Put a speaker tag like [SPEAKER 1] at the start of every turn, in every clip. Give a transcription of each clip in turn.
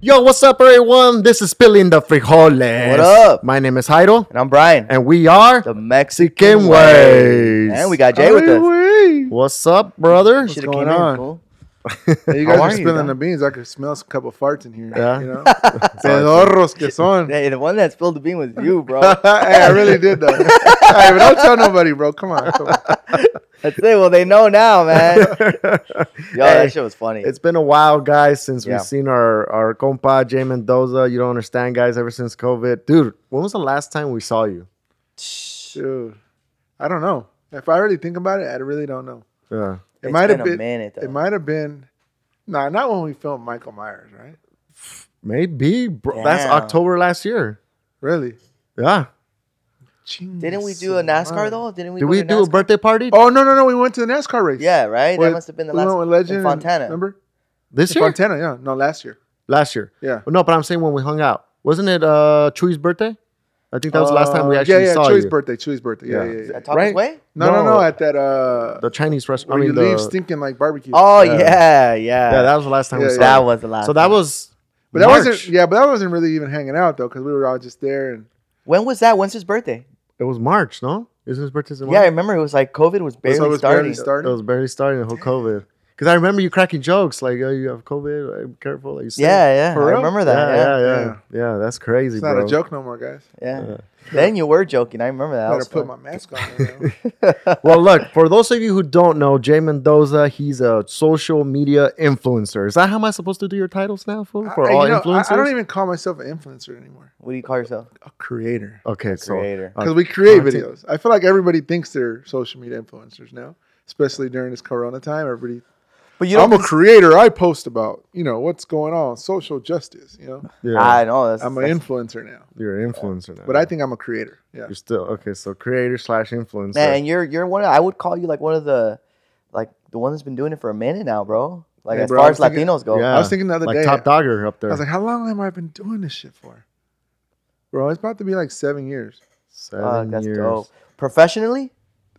[SPEAKER 1] Yo, what's up, everyone? This is Spilling the Frijoles.
[SPEAKER 2] What up?
[SPEAKER 1] My name is Jairo,
[SPEAKER 2] And I'm Brian.
[SPEAKER 1] and we are
[SPEAKER 2] the Mexican
[SPEAKER 1] Chicken Ways.
[SPEAKER 2] And we got Jay with us.
[SPEAKER 1] What's up, brother?
[SPEAKER 2] Should've
[SPEAKER 3] What's going
[SPEAKER 2] came in,
[SPEAKER 3] on?
[SPEAKER 2] fool.
[SPEAKER 3] Hey, you
[SPEAKER 2] How
[SPEAKER 3] guys
[SPEAKER 2] are
[SPEAKER 3] are
[SPEAKER 2] you,
[SPEAKER 3] spilling
[SPEAKER 2] Doc?
[SPEAKER 3] the beans. I could smell some couple farts in here.
[SPEAKER 1] Yeah.
[SPEAKER 3] You know? Pedorros que son. hey,
[SPEAKER 2] Hey, the one that spilled the bean was you, bro.
[SPEAKER 3] I really did though. hey, but don't tell nobody, bro. Come on. Come on.
[SPEAKER 2] That's it. Well, they know now, man. Yo,
[SPEAKER 1] Hey,
[SPEAKER 2] that shit was funny.
[SPEAKER 1] It's been a while, guys, since
[SPEAKER 2] Yeah.
[SPEAKER 1] we've seen our our compa Jay Mendoza. You don't understand, guys. Ever since COVID, dude, when was the last time we saw you?
[SPEAKER 3] Dude, I don't know. If I really think about it, I really don't know.
[SPEAKER 1] Yeah,
[SPEAKER 3] It
[SPEAKER 2] It's
[SPEAKER 3] might have
[SPEAKER 2] been a
[SPEAKER 3] been.
[SPEAKER 2] minute, though.
[SPEAKER 3] It might have been. Nah, not when we filmed Michael Myers, right?
[SPEAKER 1] maybe. Bro. That's
[SPEAKER 2] Damn.
[SPEAKER 1] October last year.
[SPEAKER 3] Really?
[SPEAKER 1] Yeah.
[SPEAKER 2] Didn't we do a NASCAR though? Didn't we?
[SPEAKER 1] Did
[SPEAKER 2] go
[SPEAKER 1] we
[SPEAKER 2] to
[SPEAKER 1] do a
[SPEAKER 2] NASCAR?
[SPEAKER 1] birthday party
[SPEAKER 3] Oh no no no! We went to the NASCAR race.
[SPEAKER 2] Yeah, right.
[SPEAKER 3] With-
[SPEAKER 2] that must have been the
[SPEAKER 3] we
[SPEAKER 2] last
[SPEAKER 3] went with Legend
[SPEAKER 2] in
[SPEAKER 3] and-
[SPEAKER 2] Fontana.
[SPEAKER 3] remember?
[SPEAKER 1] this
[SPEAKER 3] In
[SPEAKER 1] year?
[SPEAKER 3] Fontana, yeah. No, last year.
[SPEAKER 1] Last year.
[SPEAKER 3] Yeah.
[SPEAKER 1] No, but I'm saying when we hung out, wasn't it uh Chewy's birthday? I think that was the last time we
[SPEAKER 3] Uh,
[SPEAKER 1] actually
[SPEAKER 3] yeah, yeah,
[SPEAKER 1] saw
[SPEAKER 3] Chewy's
[SPEAKER 1] you.
[SPEAKER 3] birthday. Chewy's birthday. Yeah,
[SPEAKER 1] Yeah.
[SPEAKER 3] yeah, yeah.
[SPEAKER 2] At Taco's
[SPEAKER 1] Right?
[SPEAKER 2] Way?
[SPEAKER 3] No, no,
[SPEAKER 1] No.
[SPEAKER 3] no, At that uh,
[SPEAKER 1] The Chinese restaurant.
[SPEAKER 3] where
[SPEAKER 1] I mean,
[SPEAKER 3] you
[SPEAKER 1] the,
[SPEAKER 3] leave stinking like barbecue.
[SPEAKER 2] Oh
[SPEAKER 1] Yeah.
[SPEAKER 2] yeah, yeah.
[SPEAKER 1] yeah, that was the last time we
[SPEAKER 3] Yeah,
[SPEAKER 1] saw.
[SPEAKER 3] yeah.
[SPEAKER 2] That
[SPEAKER 1] you.
[SPEAKER 2] was the last.
[SPEAKER 1] so that
[SPEAKER 2] time.
[SPEAKER 1] was.
[SPEAKER 3] But that
[SPEAKER 1] March.
[SPEAKER 3] wasn't yeah, but that wasn't really even hanging out though, because we were all just there and
[SPEAKER 2] When was that? When's his birthday?
[SPEAKER 1] It was March, no? Isn't his birthday in
[SPEAKER 2] Yeah, I
[SPEAKER 1] March?
[SPEAKER 2] remember it was like COVID was barely
[SPEAKER 3] it was
[SPEAKER 2] starting.
[SPEAKER 3] barely starting.
[SPEAKER 1] It was barely starting the whole COVID. Because I remember you cracking jokes like, "Oh, you have COVID. like, Be careful." Like you said.
[SPEAKER 2] Yeah, yeah,
[SPEAKER 3] For
[SPEAKER 2] I
[SPEAKER 3] real?
[SPEAKER 2] remember
[SPEAKER 1] yeah,
[SPEAKER 2] that.
[SPEAKER 1] yeah,
[SPEAKER 2] Yeah,
[SPEAKER 1] yeah, yeah. That's crazy,
[SPEAKER 3] it's
[SPEAKER 1] bro.
[SPEAKER 3] not a joke no more, guys.
[SPEAKER 2] yeah.
[SPEAKER 1] Yeah.
[SPEAKER 2] Then you were joking. I remember that.
[SPEAKER 3] I
[SPEAKER 2] that was
[SPEAKER 3] gotta put
[SPEAKER 2] fun.
[SPEAKER 3] my mask on. you know?
[SPEAKER 1] well, look, for those of you who don't know, Jay Mendoza, he's a social media influencer. Is that how am I supposed to do your titles now, fool?
[SPEAKER 3] I-
[SPEAKER 1] For
[SPEAKER 3] I-
[SPEAKER 1] all
[SPEAKER 3] you know, I-
[SPEAKER 1] influencers?
[SPEAKER 3] I, don't even call myself an influencer anymore.
[SPEAKER 2] What do you call yourself?
[SPEAKER 3] A creator.
[SPEAKER 1] okay, so
[SPEAKER 2] Creator.
[SPEAKER 1] Uh,
[SPEAKER 3] Because we create
[SPEAKER 1] content.
[SPEAKER 3] videos. I feel like everybody thinks they're social media influencers now, especially during this corona time. Everybody
[SPEAKER 2] But you don't.
[SPEAKER 3] I'm a creator. I post about, you know, what's going on, social justice, you know.
[SPEAKER 1] yeah,
[SPEAKER 2] I know. That's,
[SPEAKER 3] I'm
[SPEAKER 2] that's-
[SPEAKER 3] an influencer now.
[SPEAKER 1] you're an influencer now.
[SPEAKER 3] But I think I'm a creator. Yeah.
[SPEAKER 1] you're still okay. So creator slash influencer.
[SPEAKER 2] man, and you're you're one. Of, I would call you like one of the, like the one that's been doing it for a minute now, bro. Like
[SPEAKER 3] Hey,
[SPEAKER 2] as
[SPEAKER 3] bro, I
[SPEAKER 2] far as
[SPEAKER 3] was thinking-
[SPEAKER 2] Latinos go,
[SPEAKER 1] Yeah.
[SPEAKER 3] I was thinking the other
[SPEAKER 1] like
[SPEAKER 3] day.
[SPEAKER 1] top dogger up
[SPEAKER 3] I
[SPEAKER 1] there.
[SPEAKER 3] was like, how long have I been doing this shit for? Bro, it's about to be like seven years.
[SPEAKER 1] Seven
[SPEAKER 2] Fuck, that's
[SPEAKER 1] years.
[SPEAKER 2] dope. Professionally,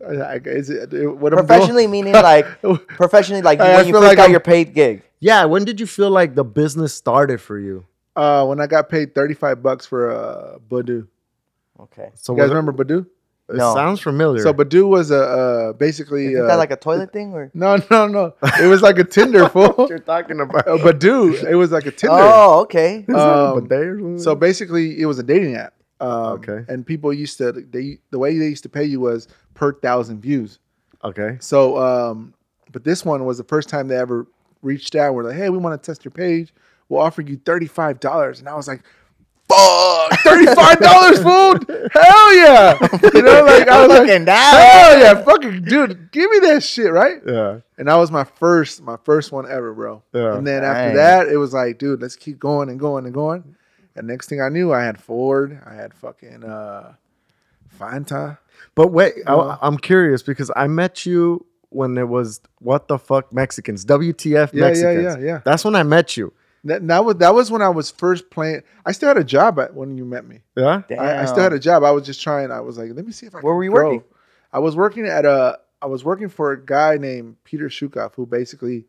[SPEAKER 3] I, I, is it, it- what I'm doing-
[SPEAKER 2] professionally meaning like professionally like
[SPEAKER 3] I- I
[SPEAKER 2] when you
[SPEAKER 3] feel
[SPEAKER 2] first
[SPEAKER 3] like
[SPEAKER 2] got
[SPEAKER 3] I'm-
[SPEAKER 2] your paid gig.
[SPEAKER 1] Yeah, when did you feel like the business started for you?
[SPEAKER 3] uh, when I got paid 35 bucks for uh, Badu.
[SPEAKER 2] Okay.
[SPEAKER 1] So
[SPEAKER 3] You guys
[SPEAKER 1] was it-
[SPEAKER 3] remember Badu?
[SPEAKER 1] It
[SPEAKER 2] No.
[SPEAKER 1] sounds familiar.
[SPEAKER 3] So Badu was a uh, basically.
[SPEAKER 2] Isn't
[SPEAKER 3] uh,
[SPEAKER 2] that like a toilet thing or?
[SPEAKER 3] no, no, no. It was like a Tinder, fool.
[SPEAKER 1] you're talking about?
[SPEAKER 3] Uh, Badu, it was like a Tinder.
[SPEAKER 2] Oh, okay.
[SPEAKER 3] um, So
[SPEAKER 1] so
[SPEAKER 3] basically, it was a dating app. Um,
[SPEAKER 1] Okay.
[SPEAKER 3] And people used to, they the way they used to pay you was per thousand views.
[SPEAKER 1] okay,
[SPEAKER 3] So, um, but this one was the first time they ever reached out. We're like, hey, we want to test your page. We'll offer you thirty-five dollars, and I was like, fuck, thirty-five dollars, food, hell yeah, you know, like I was like,
[SPEAKER 2] Fucking down.
[SPEAKER 3] hell yeah, fucking dude, give me that shit, right?
[SPEAKER 1] yeah,
[SPEAKER 3] And that was my first, my first one ever, bro.
[SPEAKER 1] yeah.
[SPEAKER 3] And then
[SPEAKER 2] Dang.
[SPEAKER 3] after that, it was like, dude, let's keep going and going and going. And next thing I knew, I had Ford, I had fucking uh, Fanta.
[SPEAKER 1] But wait,
[SPEAKER 3] Yeah.
[SPEAKER 1] I, I'm curious because I met you when it was what the fuck Mexicans, WTF
[SPEAKER 3] Yeah, yeah,
[SPEAKER 1] Mexicans.
[SPEAKER 3] yeah, yeah.
[SPEAKER 1] That's when I met you.
[SPEAKER 3] That, that was that was when I was first playing. I still had a job at, when you met me.
[SPEAKER 1] Yeah,
[SPEAKER 3] I, I still had a job. I was just trying. I was like, let me see if I.
[SPEAKER 2] Where
[SPEAKER 3] can
[SPEAKER 2] were you
[SPEAKER 3] grow.
[SPEAKER 2] working?
[SPEAKER 3] I was working at a. I was working for a guy named Peter Shukoff, who basically,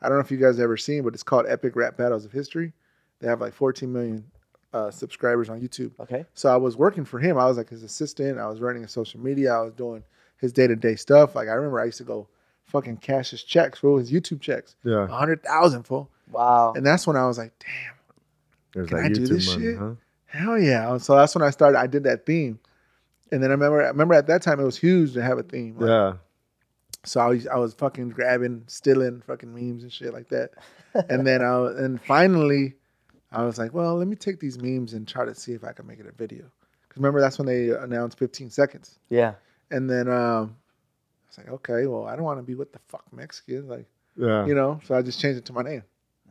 [SPEAKER 3] I don't know if you guys ever seen, but it's called Epic Rap Battles of History. They have like 14 million uh, subscribers on YouTube.
[SPEAKER 2] Okay.
[SPEAKER 3] So I was working for him. I was like his assistant. I was running his social media. I was doing his day to day stuff. Like I remember, I used to go fucking cash his checks, fool, his YouTube checks,
[SPEAKER 1] yeah.
[SPEAKER 3] a hundred thousand, fool.
[SPEAKER 2] Wow.
[SPEAKER 3] And that's when I was like, damn.
[SPEAKER 1] There's
[SPEAKER 3] Can
[SPEAKER 1] that
[SPEAKER 3] I do
[SPEAKER 1] YouTube
[SPEAKER 3] this
[SPEAKER 1] money,
[SPEAKER 3] shit?
[SPEAKER 1] huh?
[SPEAKER 3] Hell yeah! So that's when I started. I did that theme, and then I remember. I remember at that time it was huge to have a theme. Like,
[SPEAKER 1] Yeah,
[SPEAKER 3] So I was, I was fucking grabbing, stealing fucking memes and shit like that. and then I was- and finally, I was like, well, let me take these memes and try to see if I can make it a video. Because remember that's when they announced 15 seconds.
[SPEAKER 2] Yeah.
[SPEAKER 3] And then um, I was like, okay, well, I don't want to be what the fuck Mexican, like
[SPEAKER 1] yeah.
[SPEAKER 3] you know. So I just changed it to my name.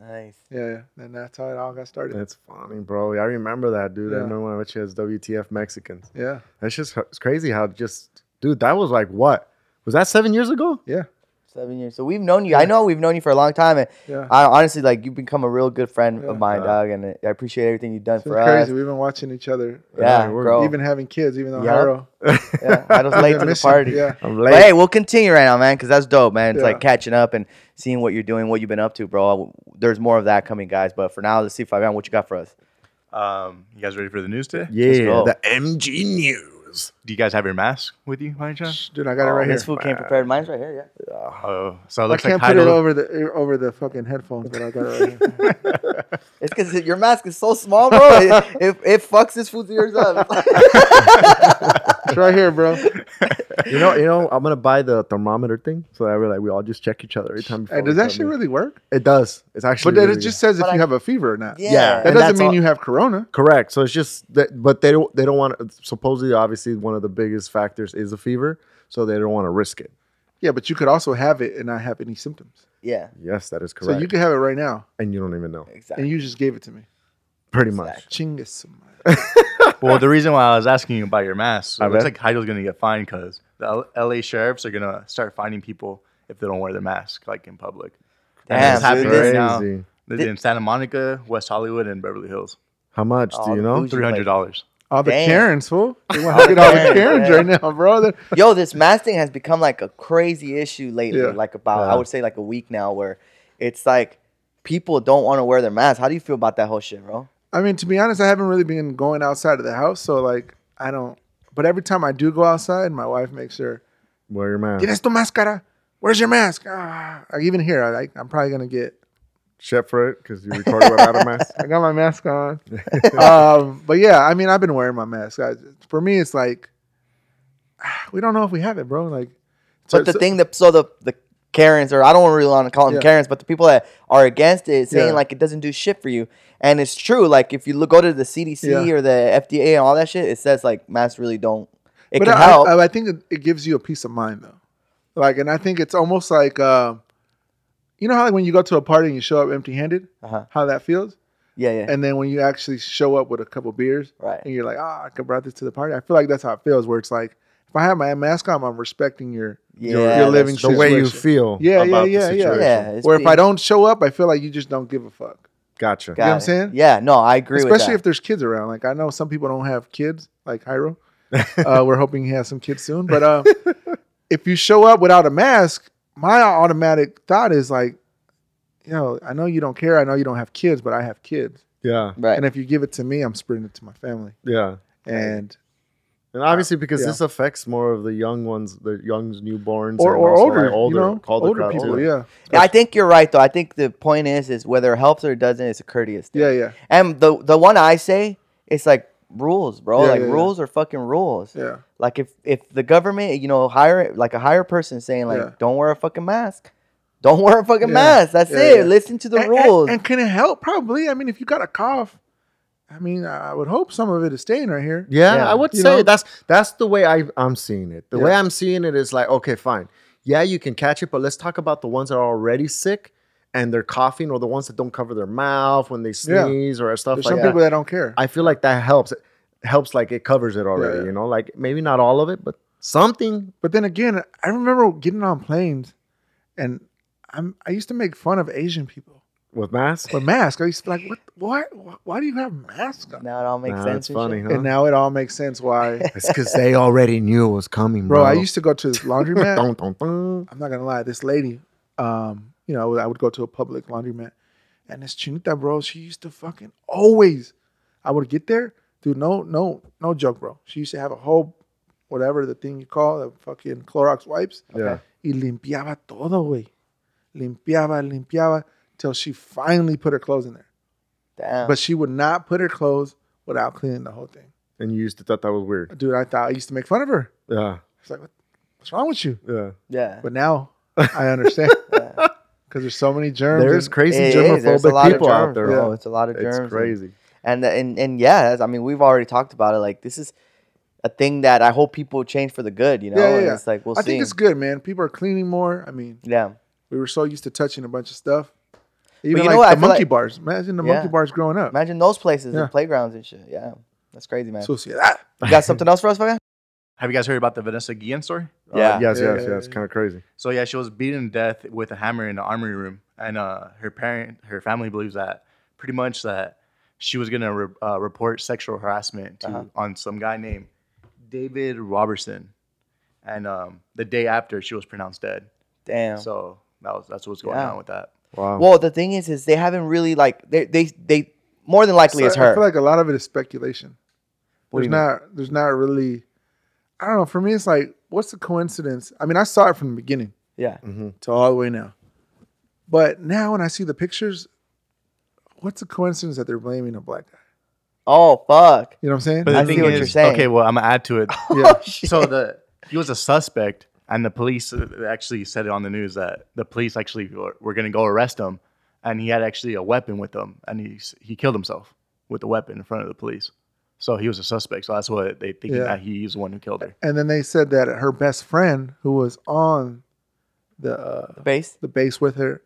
[SPEAKER 2] Nice.
[SPEAKER 3] Yeah, and that's how it all got started.
[SPEAKER 1] That's funny, bro. I remember that, dude. I
[SPEAKER 3] Yeah.
[SPEAKER 1] remember when I met you as WTF Mexicans.
[SPEAKER 3] Yeah,
[SPEAKER 1] That's just it's crazy how just dude that was like what was that seven years ago?
[SPEAKER 3] Yeah.
[SPEAKER 2] Seven years. So we've known you. I know we've known you for a long time, and
[SPEAKER 3] Yeah.
[SPEAKER 2] I honestly like you've become a real good friend
[SPEAKER 3] Yeah.
[SPEAKER 2] of mine,
[SPEAKER 1] Yeah.
[SPEAKER 2] dog. And I appreciate everything you've done
[SPEAKER 3] It's been
[SPEAKER 2] for us.
[SPEAKER 3] crazy. We've been watching each other.
[SPEAKER 2] Yeah,
[SPEAKER 1] Yeah, we're-
[SPEAKER 2] bro.
[SPEAKER 3] Even having kids, even though
[SPEAKER 2] Yeah.
[SPEAKER 3] Jairo-
[SPEAKER 2] yeah, I was late to the
[SPEAKER 3] Miss you.
[SPEAKER 2] party.
[SPEAKER 3] Yeah.
[SPEAKER 1] I'm
[SPEAKER 2] But hey, we'll continue right now, man, because that's dope, man. It's
[SPEAKER 3] Yeah.
[SPEAKER 2] like catching up and seeing what you're doing, what you've been up to, bro. There's more of that coming, guys. But for now, let's see, Fabian, what you got for us?
[SPEAKER 4] Um, you guys ready for the news today?
[SPEAKER 1] Yeah,
[SPEAKER 2] go.
[SPEAKER 1] the MG News.
[SPEAKER 4] Do you guys have your mask with you, by any chance?
[SPEAKER 3] Dude, I got it
[SPEAKER 2] Oh,
[SPEAKER 3] right here.
[SPEAKER 2] this fool came prepared. Mine's right here, yeah.
[SPEAKER 4] Oh, so it
[SPEAKER 3] I
[SPEAKER 4] looks
[SPEAKER 3] can't
[SPEAKER 4] like
[SPEAKER 3] put it
[SPEAKER 4] title.
[SPEAKER 3] over the over the fucking headphones, but I got it right here.
[SPEAKER 2] It's because your mask is so small, bro. it, it, it fucks this fool's ears up.
[SPEAKER 3] It's right here, bro.
[SPEAKER 1] You know, you know, I'm gonna buy the thermometer thing so that we're like we all just check each other every time. before
[SPEAKER 3] Hey, does
[SPEAKER 1] we
[SPEAKER 3] that
[SPEAKER 1] come
[SPEAKER 3] shit
[SPEAKER 1] in.
[SPEAKER 3] really work?
[SPEAKER 1] It does. It's actually.
[SPEAKER 3] But then it
[SPEAKER 1] really-
[SPEAKER 3] just says if
[SPEAKER 2] But I-
[SPEAKER 3] you have a fever or not.
[SPEAKER 2] yeah.
[SPEAKER 1] Yeah.
[SPEAKER 3] That
[SPEAKER 2] and
[SPEAKER 3] doesn't
[SPEAKER 2] that's
[SPEAKER 3] mean
[SPEAKER 2] all-
[SPEAKER 3] you have corona.
[SPEAKER 1] correct. So it's just that, but they don't. They don't want. Supposedly, obviously, one of the biggest factors is a fever, so they don't want to risk it.
[SPEAKER 3] Yeah, but you could also have it and not have any symptoms.
[SPEAKER 2] Yeah,
[SPEAKER 1] Yes, that is correct.
[SPEAKER 3] So you could have it right now,
[SPEAKER 1] and you don't even know.
[SPEAKER 2] exactly.
[SPEAKER 3] and you just gave it to me.
[SPEAKER 1] Pretty much.
[SPEAKER 3] Chingus.
[SPEAKER 4] Well, the reason why I was asking you about your mask, so
[SPEAKER 1] I
[SPEAKER 4] it looks
[SPEAKER 1] bet.
[SPEAKER 4] like Heidel's gonna get fined because the L- LA sheriffs are gonna start finding people if they don't wear their mask, like in public. And
[SPEAKER 2] Damn,
[SPEAKER 4] it's happening
[SPEAKER 2] dude, this-
[SPEAKER 4] right now.
[SPEAKER 1] Crazy.
[SPEAKER 4] This is in Santa Monica, West Hollywood, and Beverly Hills.
[SPEAKER 1] How much
[SPEAKER 2] All
[SPEAKER 1] do you
[SPEAKER 2] the
[SPEAKER 1] know?
[SPEAKER 2] bougie-
[SPEAKER 4] Three hundred dollars.
[SPEAKER 3] All the
[SPEAKER 2] Damn.
[SPEAKER 3] Karens, fool. They want to get all the
[SPEAKER 2] Karens,
[SPEAKER 3] Karens
[SPEAKER 2] yeah.
[SPEAKER 3] right now, bro. They're-
[SPEAKER 2] Yo, this mask thing has become like a crazy issue lately.
[SPEAKER 3] Yeah.
[SPEAKER 2] Like about, I
[SPEAKER 1] Yeah.
[SPEAKER 2] would say like a week now, where it's like people don't want to wear their masks. How do you feel about that whole shit, bro?
[SPEAKER 3] I mean, to be honest, I haven't really been going outside of the house, so like I don't. But every time I do go outside, my wife makes sure.
[SPEAKER 1] Wear your mask.
[SPEAKER 3] Tienes tu máscara? Where's your mask? Ah, like, even here, I like. I'm probably gonna get.
[SPEAKER 1] Check for it because you recorded without a mask.
[SPEAKER 3] I got my mask on. um, but yeah, I mean, I've been wearing my mask. I, for me, it's like ah, we don't know if we have it, bro. Like,
[SPEAKER 2] But the
[SPEAKER 3] so-
[SPEAKER 2] thing that so the the Karens or I don't really want to call them
[SPEAKER 3] Yeah.
[SPEAKER 2] Karens, but the people that are against it saying
[SPEAKER 3] Yeah.
[SPEAKER 2] like it doesn't do shit for you, and it's true. Like if you look, go to the CDC
[SPEAKER 3] Yeah.
[SPEAKER 2] or the FDA and all that shit, it says like masks really don't. It
[SPEAKER 3] but
[SPEAKER 2] can
[SPEAKER 3] I,
[SPEAKER 2] help.
[SPEAKER 3] I, I think it, it gives you a peace of mind though. Like, and I think it's almost like, uh, you know how like, when you go to a party and you show up empty-handed,
[SPEAKER 2] Uh-huh.
[SPEAKER 3] how that feels.
[SPEAKER 2] yeah, yeah,
[SPEAKER 3] And then when you actually show up with a couple beers,
[SPEAKER 2] right.
[SPEAKER 3] and you're like, ah, I could brought this to the party. I feel like that's how it feels. Where it's like, if I have my mask on, I'm respecting your.
[SPEAKER 2] Yeah,
[SPEAKER 3] you're
[SPEAKER 2] that's
[SPEAKER 3] living
[SPEAKER 2] true.
[SPEAKER 1] The way you
[SPEAKER 3] Situation.
[SPEAKER 1] feel.
[SPEAKER 3] Yeah, yeah,
[SPEAKER 1] about the
[SPEAKER 3] yeah, yeah.
[SPEAKER 1] situation.
[SPEAKER 2] Yeah, it's
[SPEAKER 3] Or if
[SPEAKER 2] big.
[SPEAKER 3] I don't show up, I feel like you just don't give a fuck.
[SPEAKER 1] Gotcha.
[SPEAKER 2] Got
[SPEAKER 3] know what I'm
[SPEAKER 2] it.
[SPEAKER 3] saying?
[SPEAKER 2] Yeah, no, I agree.
[SPEAKER 3] Especially if
[SPEAKER 2] with
[SPEAKER 3] there's kids around. Like I know some people don't have kids, like Hyro. uh, we're hoping he has some kids soon. But uh, if you show up without a mask, my automatic thought is like, you know, I know you don't care. I know you don't have kids, but I have kids.
[SPEAKER 1] Yeah,
[SPEAKER 2] that. right.
[SPEAKER 3] And if you give it to me, I'm spreading it to my family.
[SPEAKER 1] yeah.
[SPEAKER 3] And
[SPEAKER 1] And obviously, because
[SPEAKER 3] Yeah.
[SPEAKER 1] this affects more of the young ones, the young newborns,
[SPEAKER 3] or,
[SPEAKER 1] and
[SPEAKER 3] or
[SPEAKER 1] also,
[SPEAKER 3] older,
[SPEAKER 1] like, older,
[SPEAKER 3] you know,
[SPEAKER 1] older
[SPEAKER 3] older
[SPEAKER 1] crowd,
[SPEAKER 3] people.
[SPEAKER 1] older.
[SPEAKER 3] Yeah,
[SPEAKER 2] Yeah, I think you're right though. I think the point is is whether it helps or doesn't, it's a courteous thing.
[SPEAKER 3] yeah, yeah,
[SPEAKER 2] And the the one I say, it's like rules, bro.
[SPEAKER 3] Yeah,
[SPEAKER 2] like
[SPEAKER 3] yeah, yeah.
[SPEAKER 2] rules are fucking rules.
[SPEAKER 3] yeah.
[SPEAKER 2] Like if if the government, you know, hire like a higher person saying like,
[SPEAKER 3] Yeah.
[SPEAKER 2] don't wear a fucking mask, don't wear a fucking
[SPEAKER 3] Yeah.
[SPEAKER 2] mask. That's
[SPEAKER 3] Yeah,
[SPEAKER 2] it.
[SPEAKER 3] yeah.
[SPEAKER 2] Listen to the
[SPEAKER 3] and, and-
[SPEAKER 2] rules.
[SPEAKER 3] And, can it help? Probably. I mean, if you got a cough, I mean, I would hope some of it is staying right here.
[SPEAKER 1] Yeah,
[SPEAKER 2] Yeah.
[SPEAKER 1] I would
[SPEAKER 3] You
[SPEAKER 1] say
[SPEAKER 3] know?
[SPEAKER 1] that's that's the way I I'm seeing it. The way
[SPEAKER 3] Yeah.
[SPEAKER 1] I'm seeing it is like, okay, fine. Yeah, you can catch it, but let's talk about the ones that are already sick and they're coughing, or the ones that don't cover their mouth when they
[SPEAKER 3] Yeah.
[SPEAKER 1] sneeze or stuff
[SPEAKER 3] There's
[SPEAKER 1] like
[SPEAKER 3] some
[SPEAKER 1] that.
[SPEAKER 3] people that don't care.
[SPEAKER 1] I feel like that helps. It helps like it covers it already.
[SPEAKER 3] Yeah.
[SPEAKER 1] You know, like maybe not all of it, but something.
[SPEAKER 3] But then again, I remember getting on planes, and I'm I used to make fun of Asian people
[SPEAKER 1] With masks,
[SPEAKER 3] with masks. I used to be like, what? Why? why- Why do you have masks on?
[SPEAKER 2] now it all makes
[SPEAKER 1] Nah,
[SPEAKER 2] sense.
[SPEAKER 1] it's funny,
[SPEAKER 3] And
[SPEAKER 1] huh?
[SPEAKER 3] now it all makes sense why,
[SPEAKER 1] It's because they already knew it was coming, bro.
[SPEAKER 3] bro. I used to go to this laundromat.
[SPEAKER 1] Dun, dun, dun.
[SPEAKER 3] I'm not gonna lie, this lady, um, you know, I would- I would go to a public laundromat, and this chinita, bro, she used to fucking always. I would get there, dude. No, no, no joke, bro. She used to have a whole, whatever the thing you call the fucking Clorox wipes.
[SPEAKER 1] Yeah.
[SPEAKER 3] Y limpiaba todo, güey. Limpiaba, limpiaba, till she finally put her clothes in there.
[SPEAKER 2] Damn.
[SPEAKER 3] But she would not put her clothes without cleaning the whole thing.
[SPEAKER 1] And you used to thought that was weird.
[SPEAKER 3] Dude, I thought I used to make fun of her.
[SPEAKER 1] Yeah,
[SPEAKER 3] It's like, what, what's wrong with you?
[SPEAKER 1] yeah.
[SPEAKER 2] yeah.
[SPEAKER 3] But now I understand because there's so many germs.
[SPEAKER 1] There's
[SPEAKER 3] and-
[SPEAKER 1] crazy
[SPEAKER 2] It is. There's a
[SPEAKER 1] germophobic
[SPEAKER 2] lot of
[SPEAKER 1] people out
[SPEAKER 2] germs,
[SPEAKER 1] there.
[SPEAKER 2] bro.
[SPEAKER 1] Yeah.
[SPEAKER 2] It's a lot of germs.
[SPEAKER 1] It's
[SPEAKER 2] and-
[SPEAKER 1] crazy.
[SPEAKER 2] and and and yeah, that's- I mean, we've already talked about it. Like this is a thing that I hope people change for the good. You know,
[SPEAKER 3] Yeah, yeah,
[SPEAKER 2] And
[SPEAKER 3] yeah.
[SPEAKER 2] it's like we'll
[SPEAKER 3] I
[SPEAKER 2] see.
[SPEAKER 3] think it's good, man. People are cleaning more. I mean,
[SPEAKER 2] yeah,
[SPEAKER 3] we were so used to touching a bunch of stuff. Even
[SPEAKER 2] you know
[SPEAKER 3] like
[SPEAKER 2] what? I
[SPEAKER 3] the
[SPEAKER 2] feel
[SPEAKER 3] monkey
[SPEAKER 2] like-
[SPEAKER 3] bars. Imagine the monkey
[SPEAKER 2] Yeah.
[SPEAKER 3] bars growing up.
[SPEAKER 2] imagine those places,
[SPEAKER 3] Yeah.
[SPEAKER 2] and playgrounds and shit. Yeah, that's crazy, man.
[SPEAKER 3] Sociedad.
[SPEAKER 2] you got something else for us, man?
[SPEAKER 4] Have you guys heard about the Vanessa Guillen story?
[SPEAKER 2] Yeah.
[SPEAKER 1] yes,
[SPEAKER 3] Uh, Yeah,
[SPEAKER 1] yes,
[SPEAKER 3] yeah,
[SPEAKER 1] yes.
[SPEAKER 3] yeah.
[SPEAKER 1] Kind of crazy.
[SPEAKER 4] So yeah, she was beaten to death with a hammer in the armory room, and uh, her parent, her family believes that pretty much that she was gonna re- uh, report sexual harassment to
[SPEAKER 2] Uh-huh.
[SPEAKER 4] on some guy named David Robertson, and um, the day after she was pronounced dead.
[SPEAKER 2] Damn.
[SPEAKER 4] So that was that's what's going
[SPEAKER 2] Yeah.
[SPEAKER 4] on with that.
[SPEAKER 1] Wow.
[SPEAKER 2] well, the thing is, is they haven't really like they they they more than likely
[SPEAKER 3] So
[SPEAKER 2] it's
[SPEAKER 3] I
[SPEAKER 2] her.
[SPEAKER 3] feel like a lot of it is speculation.
[SPEAKER 4] What
[SPEAKER 3] There's
[SPEAKER 4] do you mean?
[SPEAKER 3] not there's not really I don't know. For me it's like what's the coincidence? I mean, I saw it from the beginning
[SPEAKER 2] yeah.
[SPEAKER 1] Mhm.
[SPEAKER 3] to all the way now. But now when I see the pictures, what's the coincidence that they're blaming a black guy?
[SPEAKER 2] Oh fuck.
[SPEAKER 3] You know what I'm saying?
[SPEAKER 4] But the
[SPEAKER 2] I see
[SPEAKER 4] thing
[SPEAKER 2] what
[SPEAKER 4] is,
[SPEAKER 2] you're saying.
[SPEAKER 4] okay, well I'm gonna add to it.
[SPEAKER 3] Yeah.
[SPEAKER 2] Oh, shit.
[SPEAKER 4] so the he was a suspect, and the police uh, actually said it on the news that the police actually were, were going to go arrest him, and he had actually a weapon with him, and he s- he killed himself with the weapon in front of the police. So he was a suspect. So that's what they think
[SPEAKER 3] Yeah.
[SPEAKER 4] that he's the one who killed her.
[SPEAKER 3] and then they said that her best friend who was on the uh,
[SPEAKER 2] base.
[SPEAKER 3] the base with her,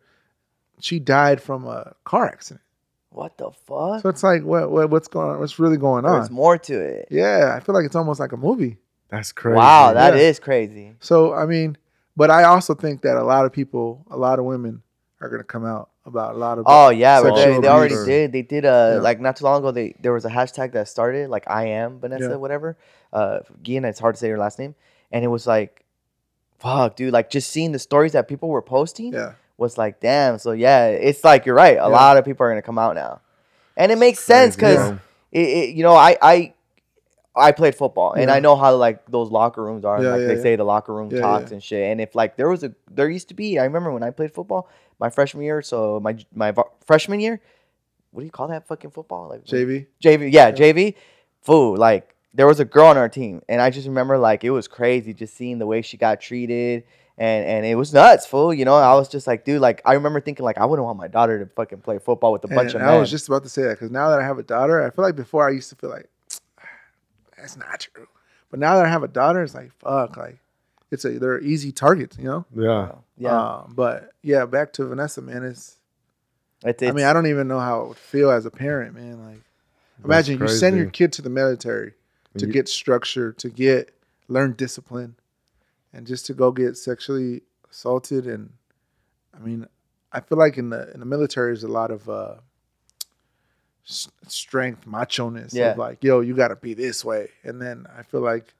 [SPEAKER 3] she died from a car accident.
[SPEAKER 2] What the fuck?
[SPEAKER 3] So it's like what, what what's going on? What's really going
[SPEAKER 2] There's
[SPEAKER 3] on?
[SPEAKER 2] more to it.
[SPEAKER 3] Yeah, I feel like it's almost like a movie.
[SPEAKER 1] That's crazy.
[SPEAKER 2] Wow, that is
[SPEAKER 3] Yeah.
[SPEAKER 2] crazy.
[SPEAKER 3] So I mean, but I also think that a lot of people, a lot of women, are gonna come out about a lot of.
[SPEAKER 2] Oh yeah, but they,
[SPEAKER 3] Sexual
[SPEAKER 2] they already
[SPEAKER 1] abuse.
[SPEAKER 2] did. They did uh
[SPEAKER 3] Yeah.
[SPEAKER 2] like not too long ago. They there was a hashtag that started like I am Vanessa
[SPEAKER 3] Yeah.
[SPEAKER 2] whatever. Uh, Gian, it's hard to say your last name, and it was like, fuck, dude. Like just seeing the stories that people were posting
[SPEAKER 3] yeah,
[SPEAKER 2] was like, damn. So yeah, it's like you're right. A
[SPEAKER 3] Yeah.
[SPEAKER 2] lot of people are gonna come out now, and it makes sense
[SPEAKER 1] Crazy,
[SPEAKER 2] because
[SPEAKER 1] yeah.
[SPEAKER 2] it, it, you know, I I I played football and I
[SPEAKER 3] Yeah.
[SPEAKER 2] know how like those locker rooms are.
[SPEAKER 3] Yeah,
[SPEAKER 2] like
[SPEAKER 3] yeah,
[SPEAKER 2] they
[SPEAKER 3] yeah.
[SPEAKER 2] say the locker room
[SPEAKER 3] Yeah,
[SPEAKER 2] talks and shit. And if like there was a there used to be, I remember when I played football my freshman year. So my my va- freshman year, what do you call that fucking football? Like
[SPEAKER 3] JV.
[SPEAKER 2] JV, yeah,
[SPEAKER 3] Yeah.
[SPEAKER 2] JV. Fool, like there was a girl on our team, and I just remember like it was crazy just seeing the way she got treated, and and it was nuts, fool. You know, I was just like, dude, like I remember thinking like I wouldn't want my daughter to fucking play football with a bunch
[SPEAKER 3] And
[SPEAKER 2] of
[SPEAKER 3] I
[SPEAKER 2] men.
[SPEAKER 3] was just about to say that because now that I have a daughter, I feel like before I used to feel like "Ah, that's not true, but now that I have a daughter, it's like fuck, like it's a they're easy targets, you know.
[SPEAKER 1] Yeah.
[SPEAKER 2] yeah,
[SPEAKER 3] Um, but yeah, back to Vanessa, man. It's,
[SPEAKER 2] it's,
[SPEAKER 3] I
[SPEAKER 2] it's-
[SPEAKER 3] mean, I don't even know how it would feel as a parent, man. Like,
[SPEAKER 1] That's
[SPEAKER 3] imagine you send your
[SPEAKER 1] crazy.
[SPEAKER 3] kid to the military to
[SPEAKER 1] You-
[SPEAKER 3] get structure, to get learn discipline, and just to go get sexually assaulted. And I mean, I feel like in the in the military is a lot of uh, s- strength, macho ness.
[SPEAKER 2] Yeah.
[SPEAKER 3] Of like, yo, you got to be this way. And then I feel like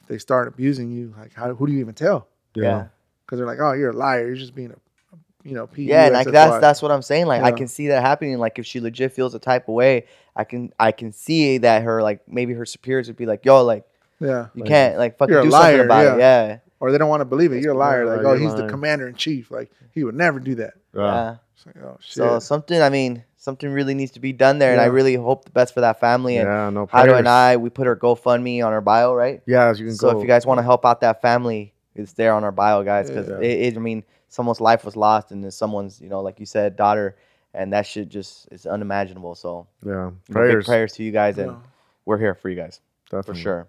[SPEAKER 3] if they start abusing you, like, how who do you even tell?
[SPEAKER 2] yeah.
[SPEAKER 3] Because they're like, oh, you're a liar. You're just being a, you know, P.
[SPEAKER 2] Yeah, and like that's
[SPEAKER 3] USFY."
[SPEAKER 2] that's what I'm saying. Like I
[SPEAKER 3] Yeah.
[SPEAKER 2] can see that happening. Like if she legit feels a type of way, I can I can see that her like maybe her superiors would be like, yo, like
[SPEAKER 3] Yeah.
[SPEAKER 2] you
[SPEAKER 1] Like,
[SPEAKER 2] can't like fucking
[SPEAKER 3] you're a
[SPEAKER 2] do
[SPEAKER 3] liar,
[SPEAKER 2] something about it.
[SPEAKER 3] Or they don't want to believe it. You're a liar.
[SPEAKER 1] Yeah,
[SPEAKER 3] Like, oh,
[SPEAKER 1] you're
[SPEAKER 3] he's
[SPEAKER 1] lying.
[SPEAKER 3] the commander in chief. Like, he would never do that.
[SPEAKER 2] Yeah.
[SPEAKER 1] Yeah.
[SPEAKER 2] yeah.
[SPEAKER 3] It's like, oh, shit.
[SPEAKER 2] So something I mean, something really needs to be done there, and I
[SPEAKER 3] Yeah.
[SPEAKER 2] really hope the best for that family. And
[SPEAKER 1] Yeah, no
[SPEAKER 2] Hado
[SPEAKER 1] prayers.
[SPEAKER 2] and I, we put our GoFundMe on our bio, right?
[SPEAKER 1] Yeah, as you can
[SPEAKER 2] So
[SPEAKER 1] go.
[SPEAKER 2] if you guys want to help out that family, it's there on our bio, guys. Because
[SPEAKER 1] Yeah.
[SPEAKER 2] it, it, I mean, someone's life was lost, and then someone's, you know, like you said, daughter, and that shit just is unimaginable. So
[SPEAKER 1] yeah,
[SPEAKER 2] you know, big
[SPEAKER 1] prayers.
[SPEAKER 2] prayers to you guys, and
[SPEAKER 3] Yeah.
[SPEAKER 2] we're here for you guys for
[SPEAKER 1] definitely.
[SPEAKER 2] sure.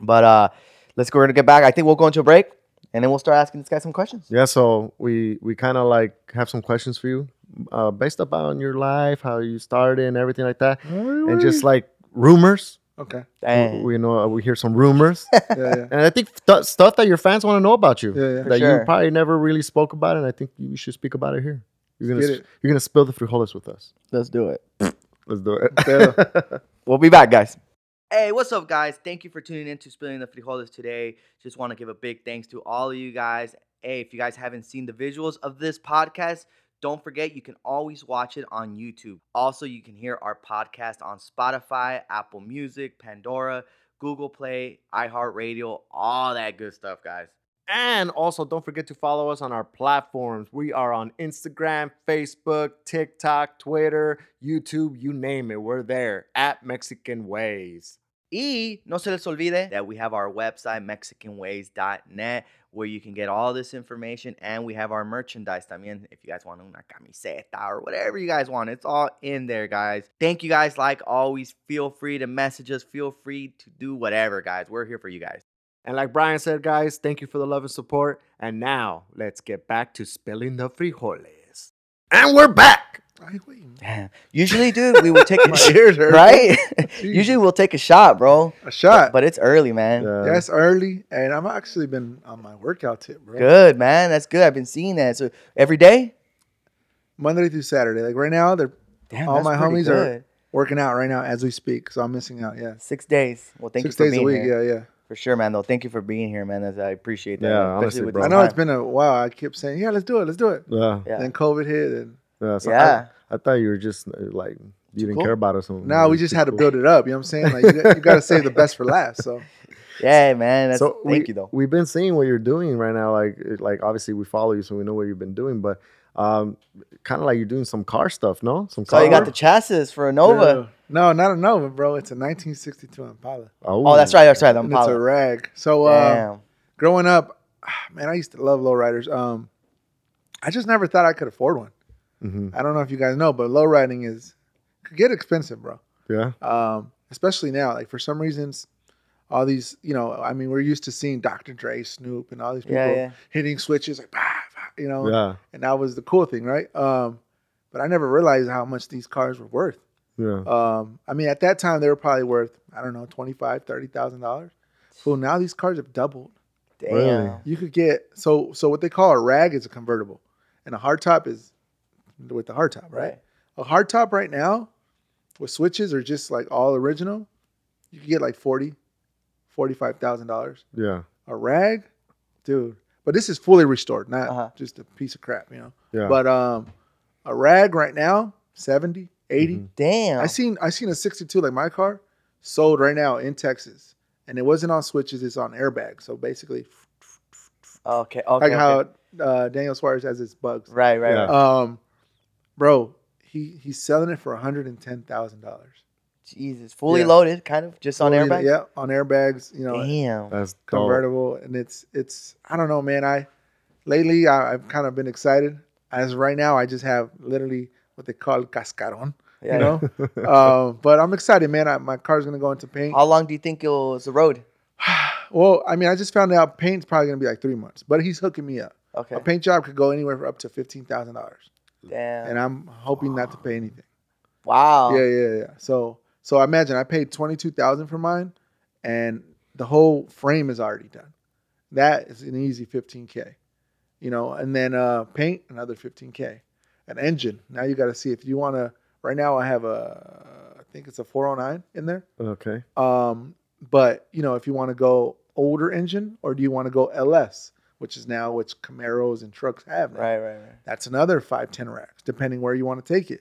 [SPEAKER 2] But uh, let's go. We're gonna get back. I think we'll go into a break, and then we'll start asking this guy some questions.
[SPEAKER 1] Yeah, so we we kind of like have some questions for you, uh, based upon your life, how you started, and everything like that, and just like rumors.
[SPEAKER 3] okay.
[SPEAKER 1] We,
[SPEAKER 2] Dang.
[SPEAKER 1] we know uh, we hear some rumors,
[SPEAKER 3] Yeah, yeah.
[SPEAKER 1] and I think th- stuff that your fans want to know about you
[SPEAKER 3] Yeah, yeah.
[SPEAKER 1] that
[SPEAKER 2] sure.
[SPEAKER 1] you probably never really spoke about, and I think you should speak about it here. You're gonna
[SPEAKER 3] Get
[SPEAKER 1] s-
[SPEAKER 3] it.
[SPEAKER 1] you're gonna spill the frijoles with us.
[SPEAKER 2] let's do it.
[SPEAKER 1] Let's do it.
[SPEAKER 2] We'll be back, guys. Hey, what's up, guys? Thank you for tuning in to Spilling the Frijoles today. Just want to give a big thanks to all of you guys. Hey, if you guys haven't seen the visuals of this podcast, don't forget you can always watch it on YouTube. Also, you can hear our podcast on Spotify, Apple Music, Pandora, Google Play, iHeartRadio, all that good stuff, guys.
[SPEAKER 1] And also, don't forget to follow us on our platforms. We are on Instagram, Facebook, TikTok, Twitter, YouTube, you name it. We're there at Mexican Ways.
[SPEAKER 2] Y no se les olvide that we have our website, MexicanWays.net, where you can get all this information and we have our merchandise también. If you guys want una camiseta or whatever you guys want, it's all in there, guys. Thank you guys. Like always, feel free to message us, feel free to do whatever, guys. We're here for you guys.
[SPEAKER 1] And like Brian said, guys, thank you for the love and support. And now, let's get back to spilling the frijoles. And we're back.
[SPEAKER 3] Like, wait,
[SPEAKER 2] Damn. Usually, dude, we would take a
[SPEAKER 3] cheers, Herb.
[SPEAKER 2] right. Usually, we'll take a shot, bro.
[SPEAKER 3] a shot.
[SPEAKER 2] But it's early, man.
[SPEAKER 3] That's early, and I've actually been on my workout tip, bro.
[SPEAKER 2] Good, man. That's good. I've been seeing that. So every day.
[SPEAKER 3] Monday through Saturday. Like right now, they're
[SPEAKER 2] Damn,
[SPEAKER 3] All
[SPEAKER 2] that's
[SPEAKER 3] my
[SPEAKER 2] pretty
[SPEAKER 3] homies are-
[SPEAKER 2] good.
[SPEAKER 3] working out right now as we speak, so I'm missing out. Yeah,
[SPEAKER 2] six days. Well, thank
[SPEAKER 3] six
[SPEAKER 2] you for
[SPEAKER 3] days a
[SPEAKER 2] being
[SPEAKER 3] week.
[SPEAKER 2] here.
[SPEAKER 3] Yeah, yeah.
[SPEAKER 2] For sure, man. Though, thank you for being here, man. That's, I appreciate that.
[SPEAKER 5] Yeah,
[SPEAKER 2] especially
[SPEAKER 5] honestly,
[SPEAKER 2] with
[SPEAKER 5] bro.
[SPEAKER 2] this
[SPEAKER 3] I know it's
[SPEAKER 2] time.
[SPEAKER 3] been a while. I kept saying, "Yeah, let's do it, let's do it."
[SPEAKER 5] Yeah.
[SPEAKER 2] Yeah.
[SPEAKER 3] Then COVID hit, and
[SPEAKER 5] Yeah. So
[SPEAKER 2] Yeah.
[SPEAKER 5] I, I thought you were just uh, like you didn't
[SPEAKER 2] cool.
[SPEAKER 5] care about us. when
[SPEAKER 1] Mm-hmm.
[SPEAKER 3] now we
[SPEAKER 5] was
[SPEAKER 3] just
[SPEAKER 5] too
[SPEAKER 3] had to
[SPEAKER 5] cool.
[SPEAKER 3] build it up. You know what I'm saying? Like you, got- you got to save the best for last. So
[SPEAKER 2] Yeah, man. That's,
[SPEAKER 5] so
[SPEAKER 2] thank
[SPEAKER 5] we,
[SPEAKER 2] you, though.
[SPEAKER 5] We've been seeing what you're doing right now. Like, it- like obviously we follow you, so we know what you've been doing. But um, kind of like you're doing some car stuff, no? Some
[SPEAKER 2] So
[SPEAKER 5] car.
[SPEAKER 2] you got the chassis for a Nova.
[SPEAKER 3] No, not a Nova, bro. It's a 1962 Impala.
[SPEAKER 2] Oh, that's right. That's right. The
[SPEAKER 3] And it's a
[SPEAKER 2] Impala.
[SPEAKER 3] rag. So uh,
[SPEAKER 2] Damn.
[SPEAKER 3] growing up, ah, man, I used to love lowriders. Um, I just never thought I could afford one.
[SPEAKER 5] Mm-hmm.
[SPEAKER 3] I don't know if you guys know, but lowriding is could get expensive, bro.
[SPEAKER 5] Yeah.
[SPEAKER 3] um, especially now. Like for some reasons, all these, you know, I mean, we're used to seeing Dr. Dre, Snoop, and all these people
[SPEAKER 2] Yeah, yeah.
[SPEAKER 3] hitting switches, like, bah, bah, you know,
[SPEAKER 5] Yeah.
[SPEAKER 3] and that was the cool thing, right? Um, but I never realized how much these cars were worth.
[SPEAKER 5] Yeah.
[SPEAKER 3] Um, I mean, at that time, they were probably worth, I don't know, $25,000, $30,000. So now these cars have doubled.
[SPEAKER 2] Damn.
[SPEAKER 5] Really?
[SPEAKER 3] You could get, so, so what they call a rag is a convertible, and a hardtop is with the hardtop, right?
[SPEAKER 2] Right.
[SPEAKER 3] A hard top right now with switches or just like all original, you can get like forty, forty-five thousand dollars.
[SPEAKER 5] Yeah.
[SPEAKER 3] A rag, dude. But this is fully restored, not
[SPEAKER 2] Uh-huh.
[SPEAKER 3] just a piece of crap, you know.
[SPEAKER 5] Yeah.
[SPEAKER 3] But um a rag right now, 70, 80.
[SPEAKER 5] Mhm.
[SPEAKER 2] Damn.
[SPEAKER 3] I seen I seen a 62 like my car sold right now in Texas. And it wasn't on switches, it's on airbags. So basically
[SPEAKER 2] Okay. Okay.
[SPEAKER 3] like how
[SPEAKER 2] okay.
[SPEAKER 3] uh, Daniel Suarez has his bugs.
[SPEAKER 2] Right. Right.
[SPEAKER 5] Yeah.
[SPEAKER 2] right.
[SPEAKER 3] Um bro, he he's selling it for $110,000.
[SPEAKER 2] Jesus. Fully
[SPEAKER 3] Yeah.
[SPEAKER 2] loaded, kind of, just on
[SPEAKER 3] Fully-
[SPEAKER 2] airbags.
[SPEAKER 3] Yeah, on airbags. You know,
[SPEAKER 2] Damn.
[SPEAKER 5] That's dope.
[SPEAKER 3] convertible, and it's it's. I don't know, man. I lately I, I've kind of been excited. As right now, I just have literally what they call cascaron,
[SPEAKER 2] Yeah.
[SPEAKER 3] you know. uh, but I'm excited, man. I, my car's gonna go into paint.
[SPEAKER 2] How long do you think you'll is the road?
[SPEAKER 3] well, I mean, I just found out paint's probably gonna be like three months, but he's hooking me up.
[SPEAKER 2] Okay.
[SPEAKER 3] A paint job could go anywhere for up to fifteen thousand dollars,
[SPEAKER 2] Damn.
[SPEAKER 3] and I'm hoping not to pay anything.
[SPEAKER 2] wow.
[SPEAKER 3] Yeah, yeah, yeah. So so I imagine I paid twenty two thousand for mine, and the whole frame is already done. That is an easy fifteen k, you know. And then uh, paint another fifteen k, an engine. Now you got to see if you want to. Right now I have a, I think it's a four hundred nine in there.
[SPEAKER 5] Okay.
[SPEAKER 3] Um, but you know if you want to go older engine or do you want to go LS, which is now which Camaros and trucks have. now.
[SPEAKER 2] Right. Right. Right.
[SPEAKER 3] That's another five ten racks depending where you want to take it.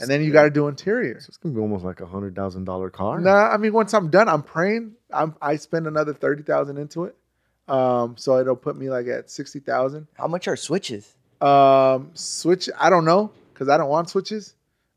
[SPEAKER 3] And then you got to do interior.
[SPEAKER 5] So it's gonna be almost like a hundred thousand dollar car.
[SPEAKER 3] Nah, I mean once I'm done, I'm praying. I'm I spend another thirty thousand into it, um, so it'll put me like at sixty thousand.
[SPEAKER 2] How much are switches?
[SPEAKER 3] Um, switch. I don't know because I don't want switches.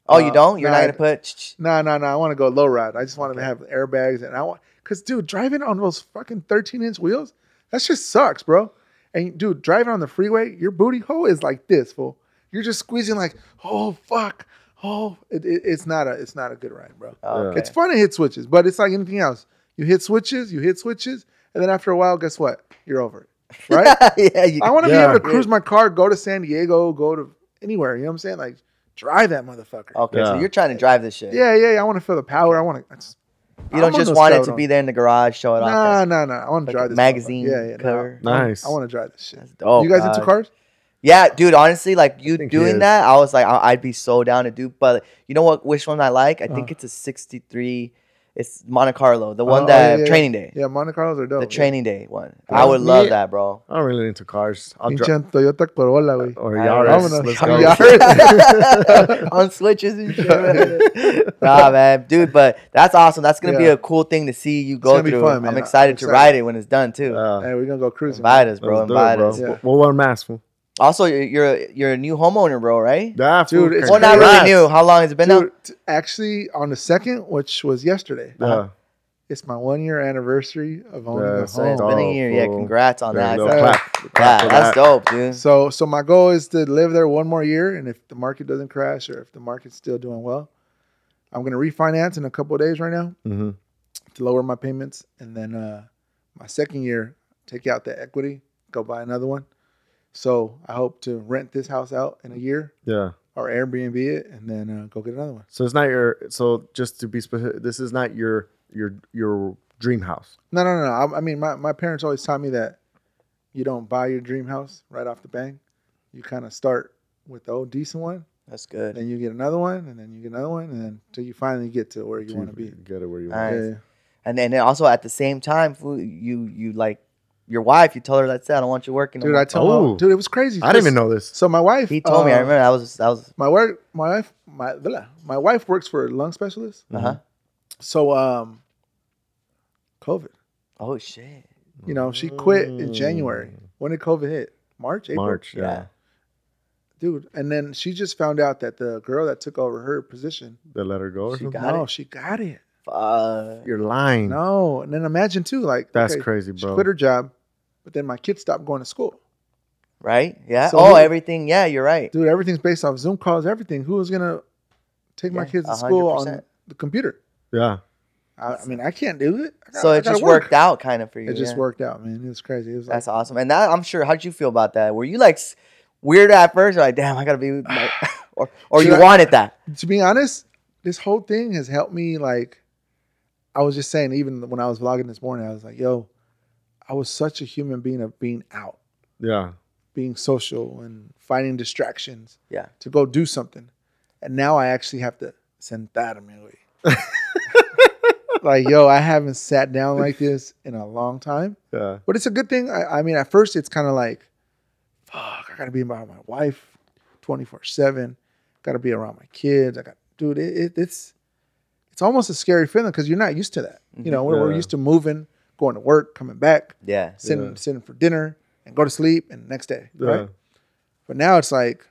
[SPEAKER 2] Oh,
[SPEAKER 3] Uh,
[SPEAKER 2] you don't? You're
[SPEAKER 3] nah,
[SPEAKER 2] not
[SPEAKER 3] I-
[SPEAKER 2] gonna put.
[SPEAKER 3] No, no, no. I want to go low ride. I just want to have airbags and I want because dude, driving on those fucking thirteen inch wheels, that just sucks, bro. And dude, driving on the freeway, your booty hole is like this, fool. You're just squeezing like, oh fuck, oh. It, it, it's not a it's not a good ride, bro.
[SPEAKER 2] Okay.
[SPEAKER 3] It's fun to hit switches, but it's like anything else. You hit switches, you hit switches, and then after a while, guess what? You're over it, right?
[SPEAKER 2] yeah. You,
[SPEAKER 3] I want to
[SPEAKER 5] Yeah.
[SPEAKER 3] be able to cruise my car, go to San Diego, go to anywhere. You know what I'm saying? Like drive that motherfucker.
[SPEAKER 2] okay. So
[SPEAKER 5] Yeah.
[SPEAKER 2] you're trying to drive this shit.
[SPEAKER 3] Yeah, yeah, yeah. I want to feel the power. I want to.
[SPEAKER 2] You don't just want it to be there in the garage, show it off.
[SPEAKER 3] Nah,
[SPEAKER 2] That's-
[SPEAKER 3] nah, nah. I want to
[SPEAKER 2] like
[SPEAKER 3] drive
[SPEAKER 2] a
[SPEAKER 3] this motherfucker.
[SPEAKER 2] magazine
[SPEAKER 3] Yeah, yeah. nah.
[SPEAKER 2] cover. Oh,
[SPEAKER 5] Nice.
[SPEAKER 3] I want to drive this shit.
[SPEAKER 2] That's dope.
[SPEAKER 3] you guys
[SPEAKER 2] dog.
[SPEAKER 3] into cars?
[SPEAKER 2] Yeah, dude. Honestly, like you
[SPEAKER 5] think he is.
[SPEAKER 2] doing that, I was like, I- I'd be so down to do. But you know what? Which one I like? I think
[SPEAKER 3] Uh.
[SPEAKER 2] it's a '63. It's Monte Carlo, the
[SPEAKER 3] oh,
[SPEAKER 2] one
[SPEAKER 3] yeah,
[SPEAKER 2] that
[SPEAKER 3] yeah,
[SPEAKER 2] training day,
[SPEAKER 3] Yeah, Monte Carlos are dope.
[SPEAKER 2] the training day one.
[SPEAKER 5] Yeah.
[SPEAKER 2] I would
[SPEAKER 5] Me-
[SPEAKER 2] love that, bro.
[SPEAKER 5] I'm really into cars. I'll
[SPEAKER 3] Yeah.
[SPEAKER 5] dri-
[SPEAKER 3] Pinche Toyota Corolla, güey.
[SPEAKER 5] or
[SPEAKER 2] I
[SPEAKER 5] Yaris.
[SPEAKER 3] don't know.
[SPEAKER 5] Let's
[SPEAKER 3] I'm
[SPEAKER 5] go.
[SPEAKER 3] Yaris.
[SPEAKER 2] on switches and shit. nah, man, dude, but that's awesome. That's gonna be
[SPEAKER 3] Yeah.
[SPEAKER 2] a cool thing to see you go
[SPEAKER 3] gonna be
[SPEAKER 2] through.
[SPEAKER 3] fun, man.
[SPEAKER 2] I'm excited
[SPEAKER 3] I'm
[SPEAKER 2] to
[SPEAKER 3] excited.
[SPEAKER 2] ride it when it's done too.
[SPEAKER 5] Yeah.
[SPEAKER 3] Hey, we're gonna go cruising.
[SPEAKER 2] invite us, bro.
[SPEAKER 5] Let's do it,
[SPEAKER 2] Invite
[SPEAKER 5] bro.
[SPEAKER 2] us.
[SPEAKER 3] Yeah.
[SPEAKER 5] We'll- We'll wear masks. fool.
[SPEAKER 2] Also, you're you're a, you're a new homeowner, bro, right?
[SPEAKER 5] Yeah,
[SPEAKER 3] Dude,
[SPEAKER 5] fool.
[SPEAKER 3] it's
[SPEAKER 2] Well, not really
[SPEAKER 3] Congrats.
[SPEAKER 2] new. How long has it been? out?
[SPEAKER 3] Dude, t- actually, on the second, which was yesterday,
[SPEAKER 2] Uh-huh.
[SPEAKER 5] Yeah.
[SPEAKER 3] it's my one year anniversary of owning
[SPEAKER 5] Yeah,
[SPEAKER 3] a
[SPEAKER 5] so
[SPEAKER 2] So Oh, it's
[SPEAKER 3] home.
[SPEAKER 5] dog.
[SPEAKER 2] been a year. Yeah,
[SPEAKER 3] Oh,
[SPEAKER 5] fool.
[SPEAKER 2] congrats
[SPEAKER 1] Oh,
[SPEAKER 2] on
[SPEAKER 5] There
[SPEAKER 2] that.
[SPEAKER 5] you go.
[SPEAKER 2] That's-
[SPEAKER 3] Yeah.
[SPEAKER 5] Clap.
[SPEAKER 2] yeah,
[SPEAKER 5] Clap for
[SPEAKER 2] that's
[SPEAKER 5] that.
[SPEAKER 2] dope, dude.
[SPEAKER 3] So, so my goal is to live there one more year, and if the market doesn't crash or if the market's still doing well, I'm gonna refinance in a couple of days right now
[SPEAKER 5] Mhm.
[SPEAKER 3] to lower my payments, and then uh, my second year take out the equity, go buy another one. So I hope to rent this house out in a year,
[SPEAKER 5] Yeah.
[SPEAKER 3] or Airbnb it, and then uh, go get another one.
[SPEAKER 1] So it's not your. So just to be specific, this is not your your your dream house.
[SPEAKER 3] No, no, no. no. I, I mean, my, my parents always taught me that you don't buy your dream house right off the bang. You kind of start with the old decent one,
[SPEAKER 2] That's good.
[SPEAKER 3] then you get another one, and then you get another one, and then till you finally get to where you want to be.
[SPEAKER 1] Get it where you
[SPEAKER 2] Nice.
[SPEAKER 1] want.
[SPEAKER 3] Yeah,
[SPEAKER 2] And then, and also at the same time, fool, you you like your wife. You told her that's it. I don't want you working. no
[SPEAKER 3] dude,
[SPEAKER 2] more."
[SPEAKER 3] I told
[SPEAKER 1] Oh.
[SPEAKER 3] dude it was crazy.
[SPEAKER 1] I didn't even
[SPEAKER 3] Chris-
[SPEAKER 1] know this.
[SPEAKER 3] So my wife,
[SPEAKER 2] He told me. I
[SPEAKER 3] uh,
[SPEAKER 2] remember. I was I was
[SPEAKER 3] My work, my wife, my blah, my wife works for a lung specialist.
[SPEAKER 2] uh huh.
[SPEAKER 3] So um, COVID.
[SPEAKER 2] Oh shit.
[SPEAKER 3] You know, she quit in
[SPEAKER 1] Mm.
[SPEAKER 3] January. When did COVID hit? March, April,
[SPEAKER 1] March. Yeah.
[SPEAKER 2] Yeah.
[SPEAKER 3] dude. And then she just found out that the girl that took over her position,
[SPEAKER 1] They let her go. Or
[SPEAKER 2] She
[SPEAKER 1] something?
[SPEAKER 2] Got
[SPEAKER 3] no,
[SPEAKER 2] it.
[SPEAKER 3] she got it.
[SPEAKER 2] Fuck.
[SPEAKER 1] You're lying.
[SPEAKER 3] No, and then imagine too, like
[SPEAKER 1] That's
[SPEAKER 3] okay,
[SPEAKER 1] crazy,
[SPEAKER 3] She
[SPEAKER 1] bro.
[SPEAKER 3] quit her job, but then my kids stopped going to school.
[SPEAKER 2] Right? Yeah.
[SPEAKER 3] So
[SPEAKER 2] oh,
[SPEAKER 3] who-
[SPEAKER 2] everything. Yeah, you're right.
[SPEAKER 3] Dude, everything's based off Zoom calls. Everything. Who was gonna take my
[SPEAKER 2] Yeah,
[SPEAKER 3] kids to school on
[SPEAKER 2] 100%.
[SPEAKER 3] the computer?
[SPEAKER 1] Yeah.
[SPEAKER 3] I, I mean, I can't do it. I gotta-
[SPEAKER 2] so
[SPEAKER 3] I
[SPEAKER 2] it
[SPEAKER 3] gotta
[SPEAKER 2] just
[SPEAKER 3] work.
[SPEAKER 2] worked out kind of for you.
[SPEAKER 3] It just
[SPEAKER 2] yeah.
[SPEAKER 3] worked out, man. It was crazy. It was like,
[SPEAKER 2] That's awesome. And that I'm sure. How'd you feel about that? Were you like s- weird at first, or like, damn, I gotta be, with my, or or
[SPEAKER 3] Should
[SPEAKER 2] you
[SPEAKER 3] I-
[SPEAKER 2] wanted that?
[SPEAKER 3] to be honest, this whole thing has helped me. Like, I was just saying, even when I was vlogging this morning, I was like, yo, I was such a human being of being out,
[SPEAKER 1] Yeah.
[SPEAKER 3] being social, and finding distractions.
[SPEAKER 2] Yeah.
[SPEAKER 3] To go do something, and now I actually have to sentarme. güey. like, yo, I haven't sat down like this in a long time.
[SPEAKER 1] Yeah.
[SPEAKER 3] But it's a good thing. I, I mean, at first, it's kind of like, fuck, I gotta be around my wife 24 7. Gotta be around my kids. I got, dude, it, it, it's it's almost a scary feeling because you're not used to that. You know, we're, we're
[SPEAKER 1] Yeah.
[SPEAKER 3] used to moving, going to work, coming back,
[SPEAKER 2] Yeah.
[SPEAKER 3] sitting,
[SPEAKER 1] Yeah.
[SPEAKER 3] sitting for dinner, and go to sleep, and next day,
[SPEAKER 1] Yeah.
[SPEAKER 3] right? But now it's like,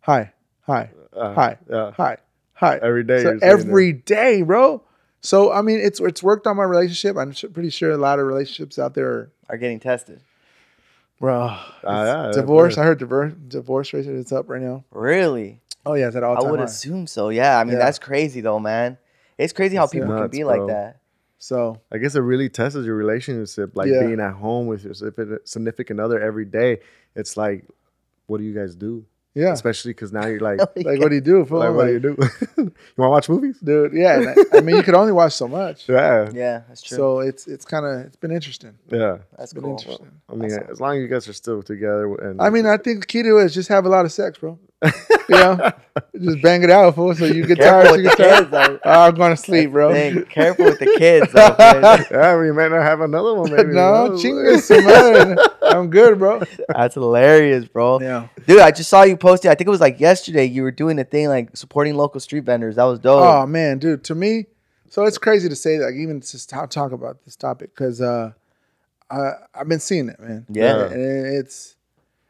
[SPEAKER 3] hi, hi,
[SPEAKER 1] Uh,
[SPEAKER 3] Hi.
[SPEAKER 1] Yeah.
[SPEAKER 3] hi, hi.
[SPEAKER 1] Every day.
[SPEAKER 3] So
[SPEAKER 1] you're saying
[SPEAKER 3] every day, bro. So I mean, it's it's worked on my relationship. I'm su- pretty sure a lot of relationships out there are
[SPEAKER 2] Are getting tested.
[SPEAKER 3] Bro,
[SPEAKER 1] Ah,
[SPEAKER 3] it's-
[SPEAKER 1] yeah, of
[SPEAKER 3] divorce.
[SPEAKER 1] course.
[SPEAKER 3] I heard divorce divorce rate is up right now.
[SPEAKER 2] Really?
[SPEAKER 3] Oh yeah, it's at all
[SPEAKER 2] I would
[SPEAKER 3] time high.
[SPEAKER 2] assume so. Yeah. I mean,
[SPEAKER 3] Yeah.
[SPEAKER 2] that's crazy though, man. It's crazy how
[SPEAKER 3] It's
[SPEAKER 2] people can
[SPEAKER 1] nuts,
[SPEAKER 2] be
[SPEAKER 1] bro.
[SPEAKER 2] like that.
[SPEAKER 3] So
[SPEAKER 1] I guess it really tests your relationship, like
[SPEAKER 3] Yeah.
[SPEAKER 1] being at home with your significant- significant other every day. It's like, what do you guys do?
[SPEAKER 3] yeah,
[SPEAKER 1] Especially because now you're like,
[SPEAKER 3] like what do you do? Fool?
[SPEAKER 1] like, what do you do? you want to watch movies?
[SPEAKER 3] dude? Yeah, and I, I mean you could only watch so much.
[SPEAKER 1] Yeah,
[SPEAKER 2] Yeah, that's true.
[SPEAKER 3] So it's it's kind of it's been interesting.
[SPEAKER 1] yeah.
[SPEAKER 2] that's
[SPEAKER 3] It's been
[SPEAKER 2] cool.
[SPEAKER 3] interesting.
[SPEAKER 1] I mean,
[SPEAKER 2] Awesome.
[SPEAKER 1] as long as you guys are still together, and
[SPEAKER 3] I mean, I think the key to it is just have a lot of sex, bro. You know, just bang it out, fool. So you get
[SPEAKER 2] Careful
[SPEAKER 3] tired, you
[SPEAKER 2] with the
[SPEAKER 3] get tired.
[SPEAKER 2] kids, though.
[SPEAKER 3] Oh, I'm going to sleep, bro.
[SPEAKER 2] Dang, careful with the kids. Though, man.
[SPEAKER 1] yeah, we might not have another one. Maybe
[SPEAKER 3] no,
[SPEAKER 1] who knows?
[SPEAKER 3] chingas, su madre. I'm good, bro.
[SPEAKER 2] that's hilarious, bro.
[SPEAKER 3] Yeah,
[SPEAKER 2] Dude, I just saw you posting. I think it was like yesterday. You were doing a thing like supporting local street vendors. That was dope.
[SPEAKER 3] Oh man, dude, to me, so it's crazy to say that, like, even to stop, talk about this topic because uh, I I've been seeing it, man.
[SPEAKER 2] Yeah.
[SPEAKER 3] and it's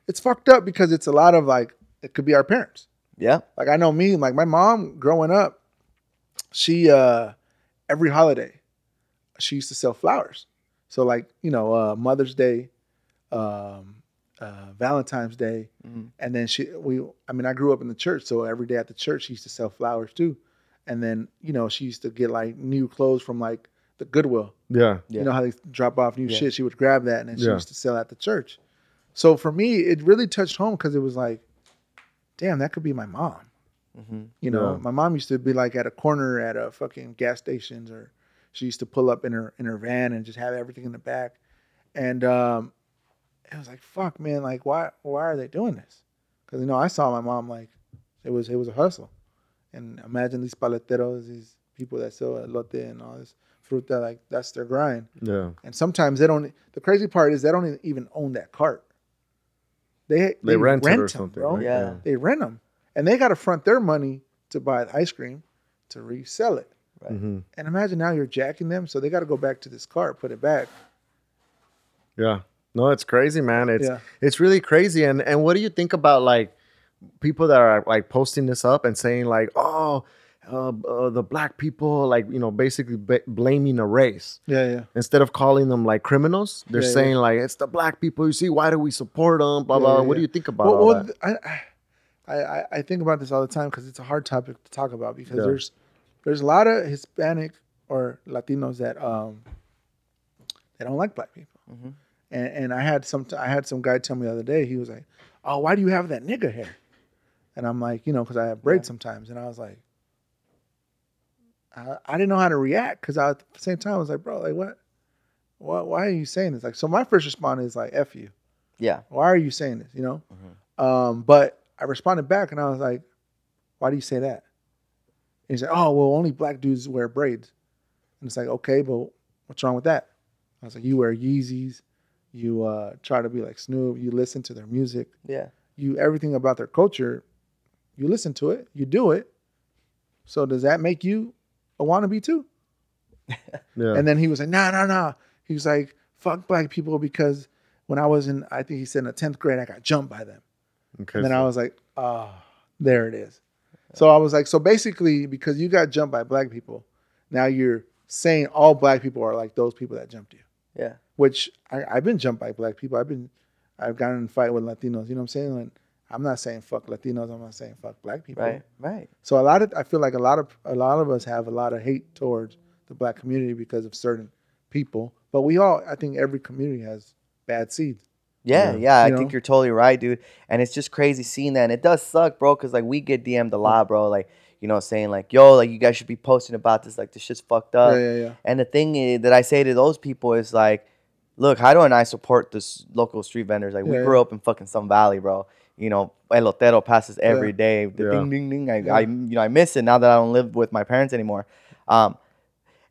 [SPEAKER 3] it's fucked up because it's a lot of like it could be our parents.
[SPEAKER 2] yeah.
[SPEAKER 3] Like I know me, like my mom growing up, she uh every holiday she used to sell flowers. So like, you know, uh Mother's Day, um uh Valentine's Day,
[SPEAKER 2] Mhm.
[SPEAKER 3] and then she we I mean, I grew up in the church, so every day at the church she used to sell flowers too. And then, you know, she used to get like new clothes from like the Goodwill.
[SPEAKER 1] Yeah,
[SPEAKER 2] Yeah.
[SPEAKER 3] You know how they drop off new
[SPEAKER 2] Yeah.
[SPEAKER 3] shit. She would grab that and then she
[SPEAKER 1] Yeah.
[SPEAKER 3] used to sell at the church. So for me, it really touched home because it was like, damn, that could be my mom.
[SPEAKER 2] hmm
[SPEAKER 3] You know,
[SPEAKER 1] Yeah.
[SPEAKER 3] my mom used to be like at a corner at a fucking gas stations, or she used to pull up in her in her van and just have everything in the back. And um, it was like, fuck, man, like why why are they doing this? Because you know, I saw my mom like it was it was a hustle, and imagine these paleteros, these people that sell elote and all this fruta, like that's their grind.
[SPEAKER 1] yeah.
[SPEAKER 3] And sometimes they don't. e, The crazy part is they don't even own that cart. They they,
[SPEAKER 1] They
[SPEAKER 3] rent,
[SPEAKER 1] rent it or
[SPEAKER 3] them,
[SPEAKER 1] something.
[SPEAKER 3] bro
[SPEAKER 1] right?
[SPEAKER 2] Yeah.
[SPEAKER 3] they rent them and they got to front their money to buy the ice cream to resell it
[SPEAKER 2] Right.
[SPEAKER 1] Mhm.
[SPEAKER 3] and imagine now you're jacking them so they got to go back to this car put it back
[SPEAKER 1] Yeah. No, it's crazy, man. It's
[SPEAKER 3] Yeah.
[SPEAKER 1] it's really crazy. And and what do you think about like people that are like posting this up and saying like, oh, uh, uh, the black people, like you know, basically ba- blaming a race
[SPEAKER 3] yeah yeah
[SPEAKER 1] instead of calling them like criminals. They're
[SPEAKER 3] Yeah, yeah.
[SPEAKER 1] saying like it's the black people. You see, why do we support them? Blah
[SPEAKER 3] Yeah,
[SPEAKER 1] blah.
[SPEAKER 3] yeah,
[SPEAKER 1] what do
[SPEAKER 3] yeah.
[SPEAKER 1] you think about
[SPEAKER 3] well,
[SPEAKER 1] all
[SPEAKER 3] well,
[SPEAKER 1] that?
[SPEAKER 3] th- I, I i i think about this all the time because it's a hard topic to talk about because
[SPEAKER 1] Yeah.
[SPEAKER 3] there's there's a lot of hispanic or latinos that um they don't like black people
[SPEAKER 2] Mhm.
[SPEAKER 3] and and i had some i had some guy tell me the other day he was like oh why do you have that nigga hair And I'm like, you know, because I have braids sometimes. And I was like, I, I didn't know how to react because I, at the same time, I was like, bro, like, what? Why, why are you saying this? Like, so my first response is like, F you.
[SPEAKER 2] Yeah.
[SPEAKER 3] Why are you saying this? You know? Um, but I responded back and I was like, why do you say that? And he said, oh, well, only black dudes wear braids. And it's like, okay, but what's wrong with that? I was like, you wear Yeezys. You uh, try to be like Snoop. You listen to their music
[SPEAKER 2] Yeah.
[SPEAKER 3] you everything about their culture, you listen to it, you do it. So does that make you a wannabe too?
[SPEAKER 1] Yeah.
[SPEAKER 3] And then he was like, no, no, no. He was like, fuck black people because when I was in, I think he said in the 10th grade, I got jumped by them.
[SPEAKER 1] okay.
[SPEAKER 3] And then
[SPEAKER 1] so-
[SPEAKER 3] I was like, oh, there it is. So I was like, so basically, because you got jumped by black people, now you're saying all black people are like those people that jumped you.
[SPEAKER 2] Yeah.
[SPEAKER 3] Which I, I've been jumped by black people. I've been, I've gotten in a fight with Latinos. You know what I'm saying? Like, I'm not saying fuck Latinos. I'm not saying fuck black people.
[SPEAKER 2] Right. Right.
[SPEAKER 3] So a lot of I feel like a lot of a lot of us have a lot of hate towards the black community because of certain people. But we all, I think, every community has bad seeds.
[SPEAKER 2] Yeah,
[SPEAKER 1] Yeah.
[SPEAKER 2] yeah, I
[SPEAKER 3] You
[SPEAKER 2] think
[SPEAKER 3] know?
[SPEAKER 2] you're totally right, dude. And it's just crazy seeing that. And it does suck, bro, because like we get DM'd a
[SPEAKER 3] Mm.
[SPEAKER 2] lot, bro. Like, you know, saying like, yo, like you guys should be posting about this. Like, this shit's fucked up.
[SPEAKER 3] yeah, yeah, yeah.
[SPEAKER 2] And the thing i- that I say to those people is like, look, Heido and I support this local street vendors. Like, we
[SPEAKER 3] Yeah,
[SPEAKER 2] grew up in fucking Sun Valley, bro. You know, Elotero passes every day. The
[SPEAKER 1] Yeah.
[SPEAKER 2] ding, ding, ding. I,
[SPEAKER 3] Yeah.
[SPEAKER 2] I, you know, I miss it now that I don't live with my parents anymore. Um,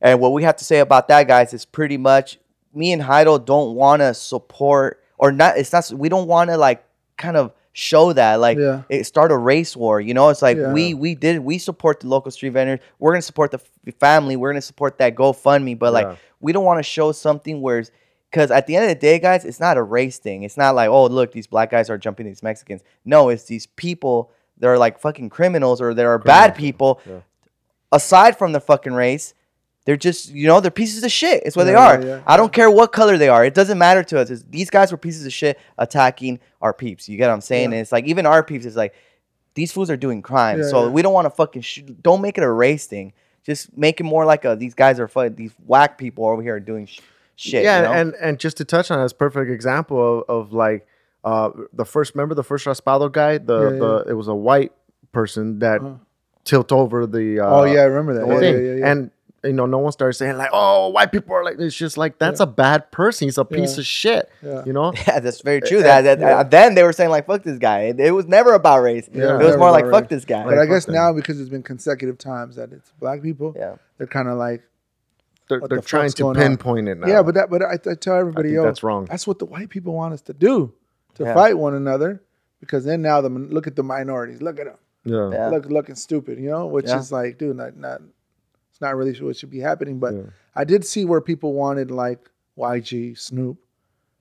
[SPEAKER 2] and what we have to say about that, guys, is pretty much me and Heido don't want to support or not. It's not. We don't want to like kind of show that like
[SPEAKER 3] Yeah.
[SPEAKER 2] it start a race war. You know, it's like
[SPEAKER 3] Yeah.
[SPEAKER 2] we we did we support the local street vendors. We're gonna support the f- family. We're gonna support that GoFundMe. But
[SPEAKER 1] Yeah.
[SPEAKER 2] like we don't want to show something where. Because at the end of the day, guys, it's not a race thing. It's not like, oh, look, these black guys are jumping these Mexicans. No, it's these people that are like fucking criminals or that are bad
[SPEAKER 1] Criminals, yeah.
[SPEAKER 2] people.
[SPEAKER 1] Yeah.
[SPEAKER 2] Aside from the fucking race, they're just, you know, they're pieces of shit. It's what they
[SPEAKER 3] Yeah,
[SPEAKER 2] are.
[SPEAKER 3] yeah, yeah.
[SPEAKER 2] I don't care what color they are. It doesn't matter to us. It's, these guys were pieces of shit attacking our peeps. You get what I'm saying?
[SPEAKER 3] Yeah.
[SPEAKER 2] And it's like, even our peeps is like, these fools are doing crime.
[SPEAKER 3] Yeah,
[SPEAKER 2] so
[SPEAKER 3] yeah.
[SPEAKER 2] we don't want to fucking, sh- don't make it a race thing. Just make it more like a, these guys are, fucking, these whack people over here are doing sh- shit.
[SPEAKER 1] Yeah,
[SPEAKER 2] you know?
[SPEAKER 1] and and just to touch on that's perfect example of, of like uh the first remember the first Raspado guy, the
[SPEAKER 3] Yeah, yeah,
[SPEAKER 1] the it was a white person that
[SPEAKER 3] Uh-huh.
[SPEAKER 1] tilt over the uh,
[SPEAKER 3] oh yeah, I remember
[SPEAKER 1] the
[SPEAKER 3] that.
[SPEAKER 1] whole
[SPEAKER 3] Yeah,
[SPEAKER 1] thing.
[SPEAKER 3] yeah, yeah, yeah.
[SPEAKER 1] and you know no one started saying like oh white people are like it's just like that's a bad person he's a piece
[SPEAKER 3] Yeah.
[SPEAKER 1] of shit
[SPEAKER 3] Yeah.
[SPEAKER 1] you know
[SPEAKER 2] Yeah, that's very true. That, that
[SPEAKER 3] yeah.
[SPEAKER 2] uh, then they were saying like "fuck this guy." It, it was never about race.
[SPEAKER 3] Yeah,
[SPEAKER 2] it was
[SPEAKER 3] never
[SPEAKER 2] more like
[SPEAKER 3] about
[SPEAKER 2] "fuck
[SPEAKER 3] race.
[SPEAKER 2] this guy."
[SPEAKER 3] but I
[SPEAKER 1] Like,
[SPEAKER 3] guess
[SPEAKER 1] fuck them.
[SPEAKER 3] now because it's been consecutive times that it's black people,
[SPEAKER 2] yeah,
[SPEAKER 3] they're kind of like,
[SPEAKER 1] they're,
[SPEAKER 3] What
[SPEAKER 1] they're
[SPEAKER 3] the fuck's
[SPEAKER 1] trying to
[SPEAKER 3] going on?
[SPEAKER 1] pinpoint it now
[SPEAKER 3] yeah, but that, but I, I tell
[SPEAKER 1] I
[SPEAKER 3] everybody
[SPEAKER 1] think
[SPEAKER 3] else,
[SPEAKER 1] that's wrong
[SPEAKER 3] That's what the white people want us to do to
[SPEAKER 2] Yeah.
[SPEAKER 3] fight one another. Because then now the min- look at the minorities, look at them,
[SPEAKER 1] yeah
[SPEAKER 2] yeah,
[SPEAKER 3] look looking stupid, you know, which
[SPEAKER 2] Yeah.
[SPEAKER 3] is like, dude, not not it's not really what should be happening. But
[SPEAKER 1] Yeah.
[SPEAKER 3] I did see where people wanted like YG Snoop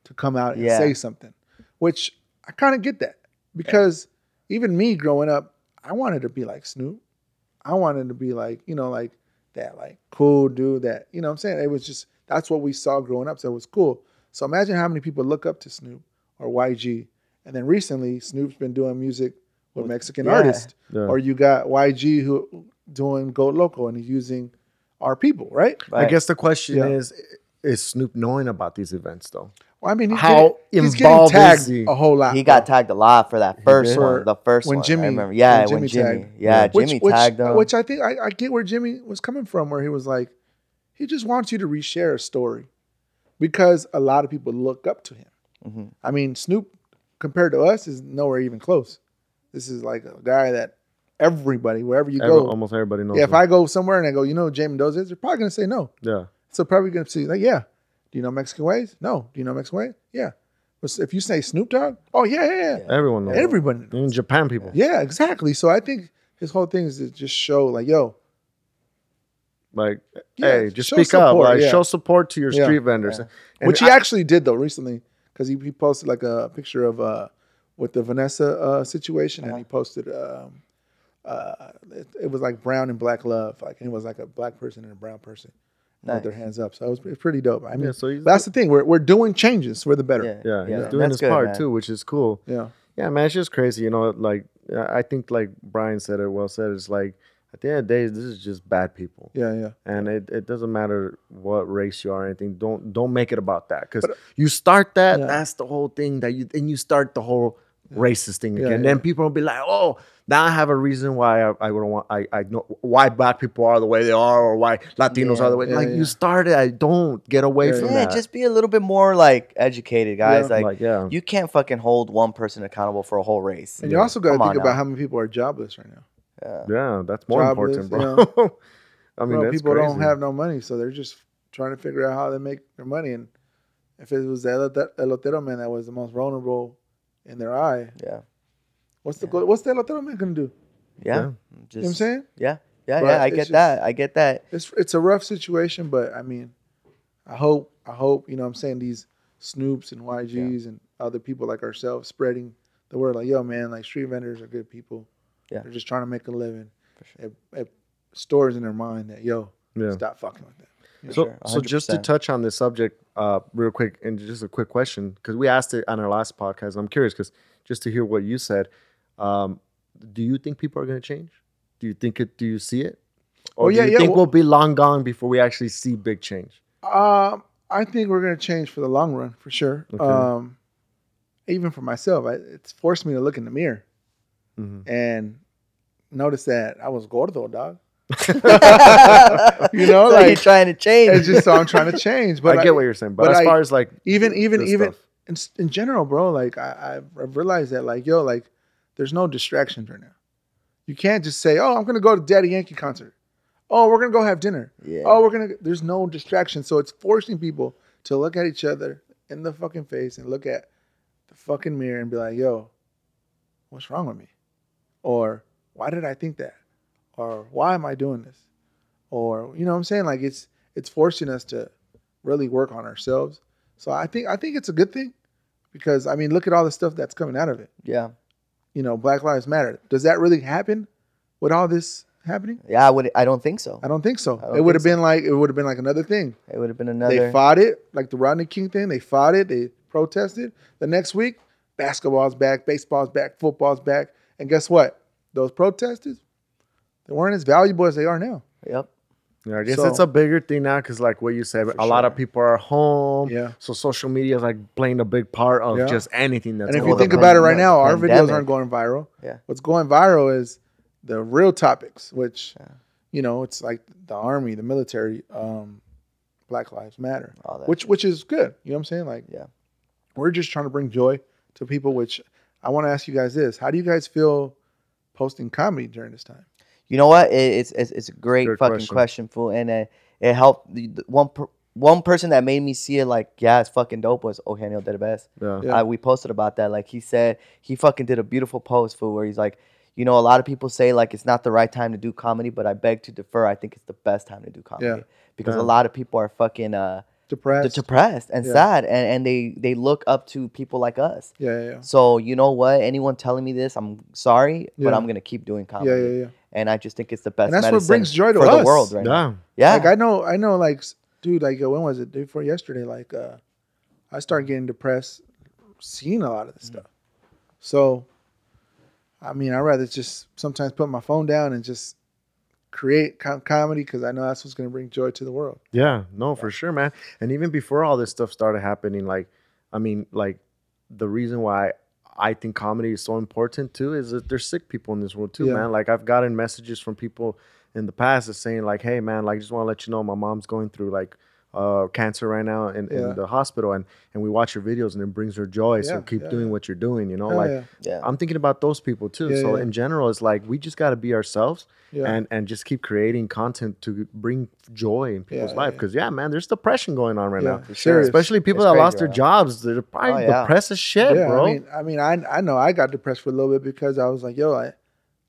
[SPEAKER 3] to come out and
[SPEAKER 2] Yeah.
[SPEAKER 3] say something, which I kind of get that because even me growing up, I wanted to be like Snoop. I wanted to be like you know like that like cool dude that you know what I'm saying it was just that's what we saw growing up so it was cool. So imagine how many people look up to Snoop or YG, and then recently Snoop's been doing music with Mexican
[SPEAKER 2] yeah.
[SPEAKER 3] artists,
[SPEAKER 1] Yeah.
[SPEAKER 3] or you got YG who doing Go Local and he's using our people, right?
[SPEAKER 1] I
[SPEAKER 2] Right.
[SPEAKER 1] guess the question
[SPEAKER 3] Yeah.
[SPEAKER 1] is is Snoop knowing about these events though
[SPEAKER 3] Well, I mean, he's
[SPEAKER 1] How
[SPEAKER 3] getting, he's getting
[SPEAKER 1] involved is
[SPEAKER 3] tagged
[SPEAKER 1] he?
[SPEAKER 3] a whole lot.
[SPEAKER 2] he got
[SPEAKER 3] bro.
[SPEAKER 2] tagged a lot for that first
[SPEAKER 1] did?
[SPEAKER 2] one. The first
[SPEAKER 3] When
[SPEAKER 2] one, I
[SPEAKER 3] Jimmy-
[SPEAKER 2] remember. Yeah,
[SPEAKER 3] when
[SPEAKER 2] when
[SPEAKER 3] Jimmy
[SPEAKER 2] Jimmy,
[SPEAKER 3] tagged.
[SPEAKER 2] yeah,
[SPEAKER 1] Yeah.
[SPEAKER 2] Jimmy
[SPEAKER 3] which,
[SPEAKER 2] tagged him.
[SPEAKER 3] Which I think I, I get where Jimmy was coming from, where he was like, he just wants you to reshare a story because a lot of people look up to him.
[SPEAKER 2] Mhm.
[SPEAKER 3] I mean, Snoop compared to us is nowhere even close. This is like a guy that everybody, wherever you
[SPEAKER 1] Every-
[SPEAKER 3] go,
[SPEAKER 1] almost everybody knows
[SPEAKER 3] yeah, if
[SPEAKER 1] him.
[SPEAKER 3] I go somewhere and I go, you know, who Jay Mendoza is, they're probably gonna say no.
[SPEAKER 1] yeah
[SPEAKER 3] So probably gonna see like, yeah. Do you know Mexican ways? No. Do you know Mexican ways? Yeah. But if you say Snoop Dogg, oh yeah, yeah, yeah.
[SPEAKER 1] everyone knows him.
[SPEAKER 3] Everybody
[SPEAKER 1] even Japan people
[SPEAKER 3] yeah, exactly. So I think his whole thing is to just show, like, yo,
[SPEAKER 1] like
[SPEAKER 3] Yeah,
[SPEAKER 1] hey just
[SPEAKER 3] show
[SPEAKER 1] speak up
[SPEAKER 3] support,
[SPEAKER 1] like
[SPEAKER 3] yeah.
[SPEAKER 1] show support to your
[SPEAKER 3] Yeah.
[SPEAKER 1] street vendors And
[SPEAKER 3] which
[SPEAKER 1] I-
[SPEAKER 3] he actually did though recently, because he, he posted like a picture of uh with the Vanessa uh situation, and he posted um uh it, it was like brown and black love, like and it was like a black person and a brown person
[SPEAKER 2] Nice.
[SPEAKER 3] with their hands up. So it was pre- pretty dope. I mean,
[SPEAKER 1] Yeah, so he's-
[SPEAKER 3] that's the thing. We're we're doing changes for the better.
[SPEAKER 2] yeah,
[SPEAKER 1] yeah, he's
[SPEAKER 2] yeah,
[SPEAKER 1] doing
[SPEAKER 2] that's
[SPEAKER 1] his
[SPEAKER 2] good,
[SPEAKER 1] part
[SPEAKER 2] man.
[SPEAKER 1] too, which is cool.
[SPEAKER 3] Yeah.
[SPEAKER 1] Yeah, man, it's just crazy. You know, like I I think like Brian said it well said. It's like at the end of the day, this is just bad people,
[SPEAKER 3] Yeah. Yeah.
[SPEAKER 1] and it, it doesn't matter what race you are or anything. Don't don't make it about that because you start that.
[SPEAKER 3] uh, Yeah.
[SPEAKER 1] That's the whole thing that you then you start the whole racist thing
[SPEAKER 3] Yeah,
[SPEAKER 1] again.
[SPEAKER 3] yeah.
[SPEAKER 1] Then people will be like, oh, Now I have a reason why I, I wouldn't want. I I know why black people are the way they are, or why Latinos
[SPEAKER 2] Yeah,
[SPEAKER 1] are the way.
[SPEAKER 3] yeah,
[SPEAKER 1] like
[SPEAKER 3] yeah.
[SPEAKER 1] you started. I don't get away
[SPEAKER 3] Yeah,
[SPEAKER 1] from
[SPEAKER 2] Yeah,
[SPEAKER 1] that.
[SPEAKER 2] just be a little bit more like educated, guys.
[SPEAKER 1] Yeah, um,
[SPEAKER 2] Like,
[SPEAKER 1] yeah.
[SPEAKER 2] you can't fucking hold one person accountable for a whole race. Uh,
[SPEAKER 3] And you also got to
[SPEAKER 2] Come on
[SPEAKER 3] think about
[SPEAKER 2] now.
[SPEAKER 3] how many people are jobless right now.
[SPEAKER 2] Yeah.
[SPEAKER 1] Yeah, that's more
[SPEAKER 3] Jobless,
[SPEAKER 1] important, bro. I mean,
[SPEAKER 3] Bro,
[SPEAKER 1] that's
[SPEAKER 3] people don't
[SPEAKER 1] crazy.
[SPEAKER 3] have no money, so they're just trying to figure out how they make their money. And if it was the elot- elotero man that was the most vulnerable in their eye,
[SPEAKER 2] Yeah.
[SPEAKER 3] what's the go- what's the elotero man gonna do? You
[SPEAKER 2] Yeah. Mm,
[SPEAKER 1] Yeah.
[SPEAKER 2] Just,
[SPEAKER 3] know what I'm saying
[SPEAKER 2] Yeah,
[SPEAKER 3] But
[SPEAKER 2] yeah, I
[SPEAKER 3] it's
[SPEAKER 2] get
[SPEAKER 3] just-
[SPEAKER 2] that. I get that.
[SPEAKER 3] it's it's a rough situation, but I mean, I hope I hope you know what I'm saying these Snoops and YGs and other people like ourselves spreading the word like yo man like street vendors are good people.
[SPEAKER 2] Yeah.
[SPEAKER 3] they're just trying to make a living. It, it stores in their mind that yo
[SPEAKER 1] Yeah.
[SPEAKER 3] stop fucking with that.
[SPEAKER 2] for
[SPEAKER 1] So,
[SPEAKER 2] sure,
[SPEAKER 1] so just to
[SPEAKER 2] 100%.
[SPEAKER 1] touch on this subject, uh, real quick, and just a quick question, because we asked it on our last podcast. and I'm curious, because just to hear what you said, um, do you think people are going to change? Do you think it? Do you see it? Or
[SPEAKER 3] Oh, yeah,
[SPEAKER 1] do you
[SPEAKER 3] yeah,
[SPEAKER 1] think
[SPEAKER 3] well-
[SPEAKER 1] we'll be long gone before we actually see big change?
[SPEAKER 3] Um, I think we're gonna change for the long run for sure.
[SPEAKER 1] Okay.
[SPEAKER 3] Um, even for myself, I, it's forced me to look in the mirror
[SPEAKER 1] Mhm.
[SPEAKER 3] and notice that I was gordo, dog. You
[SPEAKER 2] so
[SPEAKER 3] know,
[SPEAKER 2] you're
[SPEAKER 3] like
[SPEAKER 2] trying to change.
[SPEAKER 3] it's just so I'm trying to change. But
[SPEAKER 1] I get what you're saying, but,
[SPEAKER 3] but
[SPEAKER 1] as
[SPEAKER 3] I-
[SPEAKER 1] far as like
[SPEAKER 3] even even
[SPEAKER 1] this
[SPEAKER 3] even
[SPEAKER 1] stuff.
[SPEAKER 3] in, s- in general, bro. Like I I've- I've realized that like yo like there's no distractions right now. You can't just say oh I'm gonna go to Daddy Yankee concert. Oh we're gonna go have dinner.
[SPEAKER 2] yeah.
[SPEAKER 3] Oh we're gonna there's no distraction. So it's forcing people to look at each other in the fucking face and look at the fucking mirror and be like yo, what's wrong with me? Or why did I think that? Or why am I doing this? Or you know what I'm saying like it's it's forcing us to really work on ourselves. So I think I think it's a good thing because I mean look at all the stuff that's coming out of it.
[SPEAKER 2] yeah.
[SPEAKER 3] You know, Black Lives Matter. Does that really happen with all this happening?
[SPEAKER 2] Yeah, I would I don't think so.
[SPEAKER 3] I don't think so.
[SPEAKER 2] don't
[SPEAKER 3] it
[SPEAKER 2] think
[SPEAKER 3] would have
[SPEAKER 2] so.
[SPEAKER 3] been like it would have been like another thing.
[SPEAKER 2] It would have been another
[SPEAKER 3] They fought it, like the Rodney King thing. They fought it. They protested. The next week, basketball's back, baseball's back, football's back, and guess what? Those protesters, they weren't as valuable as they are now.
[SPEAKER 2] Yep.
[SPEAKER 1] Yeah, I guess
[SPEAKER 3] So-
[SPEAKER 1] it's a bigger thing now because, like what you said, a lot of people are home.
[SPEAKER 3] Yeah.
[SPEAKER 1] So social media is like playing a big part of
[SPEAKER 3] Yeah.
[SPEAKER 1] just anything that's.
[SPEAKER 3] and if
[SPEAKER 1] going
[SPEAKER 2] Well,
[SPEAKER 3] you
[SPEAKER 1] on.
[SPEAKER 2] the
[SPEAKER 3] think about it right
[SPEAKER 2] pandemic-
[SPEAKER 3] now, our videos
[SPEAKER 2] pandemic.
[SPEAKER 3] aren't going viral.
[SPEAKER 2] Yeah.
[SPEAKER 3] What's going viral is the real topics, which you know, it's like the army, the military, um, Black Lives Matter.
[SPEAKER 2] All that.
[SPEAKER 3] Which which is good. You know what I'm saying? Like
[SPEAKER 2] Yeah.
[SPEAKER 3] We're just trying to bring joy to people, which I want to ask you guys this. How do you guys feel posting comedy during this time?
[SPEAKER 2] You know what? It, it's, it's it's a great
[SPEAKER 1] Good
[SPEAKER 2] fucking
[SPEAKER 1] question.
[SPEAKER 2] question, fool, and it, it helped. The, the one per, one person that made me see it like, yeah, it's fucking dope was "Oh, Eugenio Derbez.
[SPEAKER 1] Yeah.
[SPEAKER 3] Yeah.
[SPEAKER 2] Uh, we posted about that. Like he said, he fucking did a beautiful post, fool, where he's like, you know, a lot of people say like it's not the right time to do comedy, but I beg to defer. I think it's the best time to do comedy
[SPEAKER 3] Yeah.
[SPEAKER 2] because
[SPEAKER 1] Yeah.
[SPEAKER 2] a lot of people are fucking uh
[SPEAKER 3] Depressed.
[SPEAKER 2] depressed and
[SPEAKER 3] Yeah.
[SPEAKER 2] sad, and and they they look up to people like us.
[SPEAKER 3] yeah, yeah, yeah.
[SPEAKER 2] So you know what? Anyone telling me this, I'm sorry, but
[SPEAKER 3] Yeah.
[SPEAKER 2] I'm gonna keep doing comedy.
[SPEAKER 3] Yeah, yeah, yeah.
[SPEAKER 2] And I just think it's the best.
[SPEAKER 3] And that's what
[SPEAKER 2] medicine
[SPEAKER 3] brings joy to
[SPEAKER 2] for
[SPEAKER 3] us.
[SPEAKER 2] the world right now.
[SPEAKER 1] Yeah.
[SPEAKER 2] Yeah,
[SPEAKER 3] Like I know, I know, like s- dude, like yo, when was it? Day before yesterday, like uh I started getting depressed, seeing a lot of this stuff. So, I mean, I would rather just sometimes put my phone down and just create com- comedy because I know that's what's going to bring joy to the world.
[SPEAKER 1] Yeah, no, for sure, man. And even before all this stuff started happening, like, I mean, like, the reason why I think comedy is so important too is that there's sick people in this world too,
[SPEAKER 3] Yeah.
[SPEAKER 1] man. Like, I've gotten messages from people in the past that's saying, like, hey, man, like, just want to let you know my mom's going through like uh, cancer right now in,
[SPEAKER 3] Yeah.
[SPEAKER 1] in the hospital, and and we watch your videos and it brings her joy.
[SPEAKER 3] Yeah,
[SPEAKER 1] so keep
[SPEAKER 3] yeah,
[SPEAKER 1] doing
[SPEAKER 3] yeah.
[SPEAKER 1] what you're doing, you know,
[SPEAKER 3] Hell
[SPEAKER 1] like.
[SPEAKER 3] yeah.
[SPEAKER 2] yeah.
[SPEAKER 1] I'm thinking about those people too.
[SPEAKER 3] Yeah,
[SPEAKER 1] so
[SPEAKER 3] yeah.
[SPEAKER 1] in general, it's like we just got to be ourselves
[SPEAKER 3] Yeah.
[SPEAKER 1] and and just keep creating content to bring joy in people's
[SPEAKER 3] Yeah,
[SPEAKER 1] life.
[SPEAKER 3] yeah.
[SPEAKER 1] Because yeah, man, there's depression going on right
[SPEAKER 3] Yeah,
[SPEAKER 1] now.
[SPEAKER 3] for sure.
[SPEAKER 1] Especially people
[SPEAKER 2] It's
[SPEAKER 1] that
[SPEAKER 2] crazy
[SPEAKER 1] lost their
[SPEAKER 2] right now.
[SPEAKER 1] jobs, they're probably
[SPEAKER 2] Oh, yeah.
[SPEAKER 1] depressed as shit,
[SPEAKER 3] yeah,
[SPEAKER 1] bro.
[SPEAKER 3] I mean, I mean, I I know I got depressed for a little bit because I was like, yo, I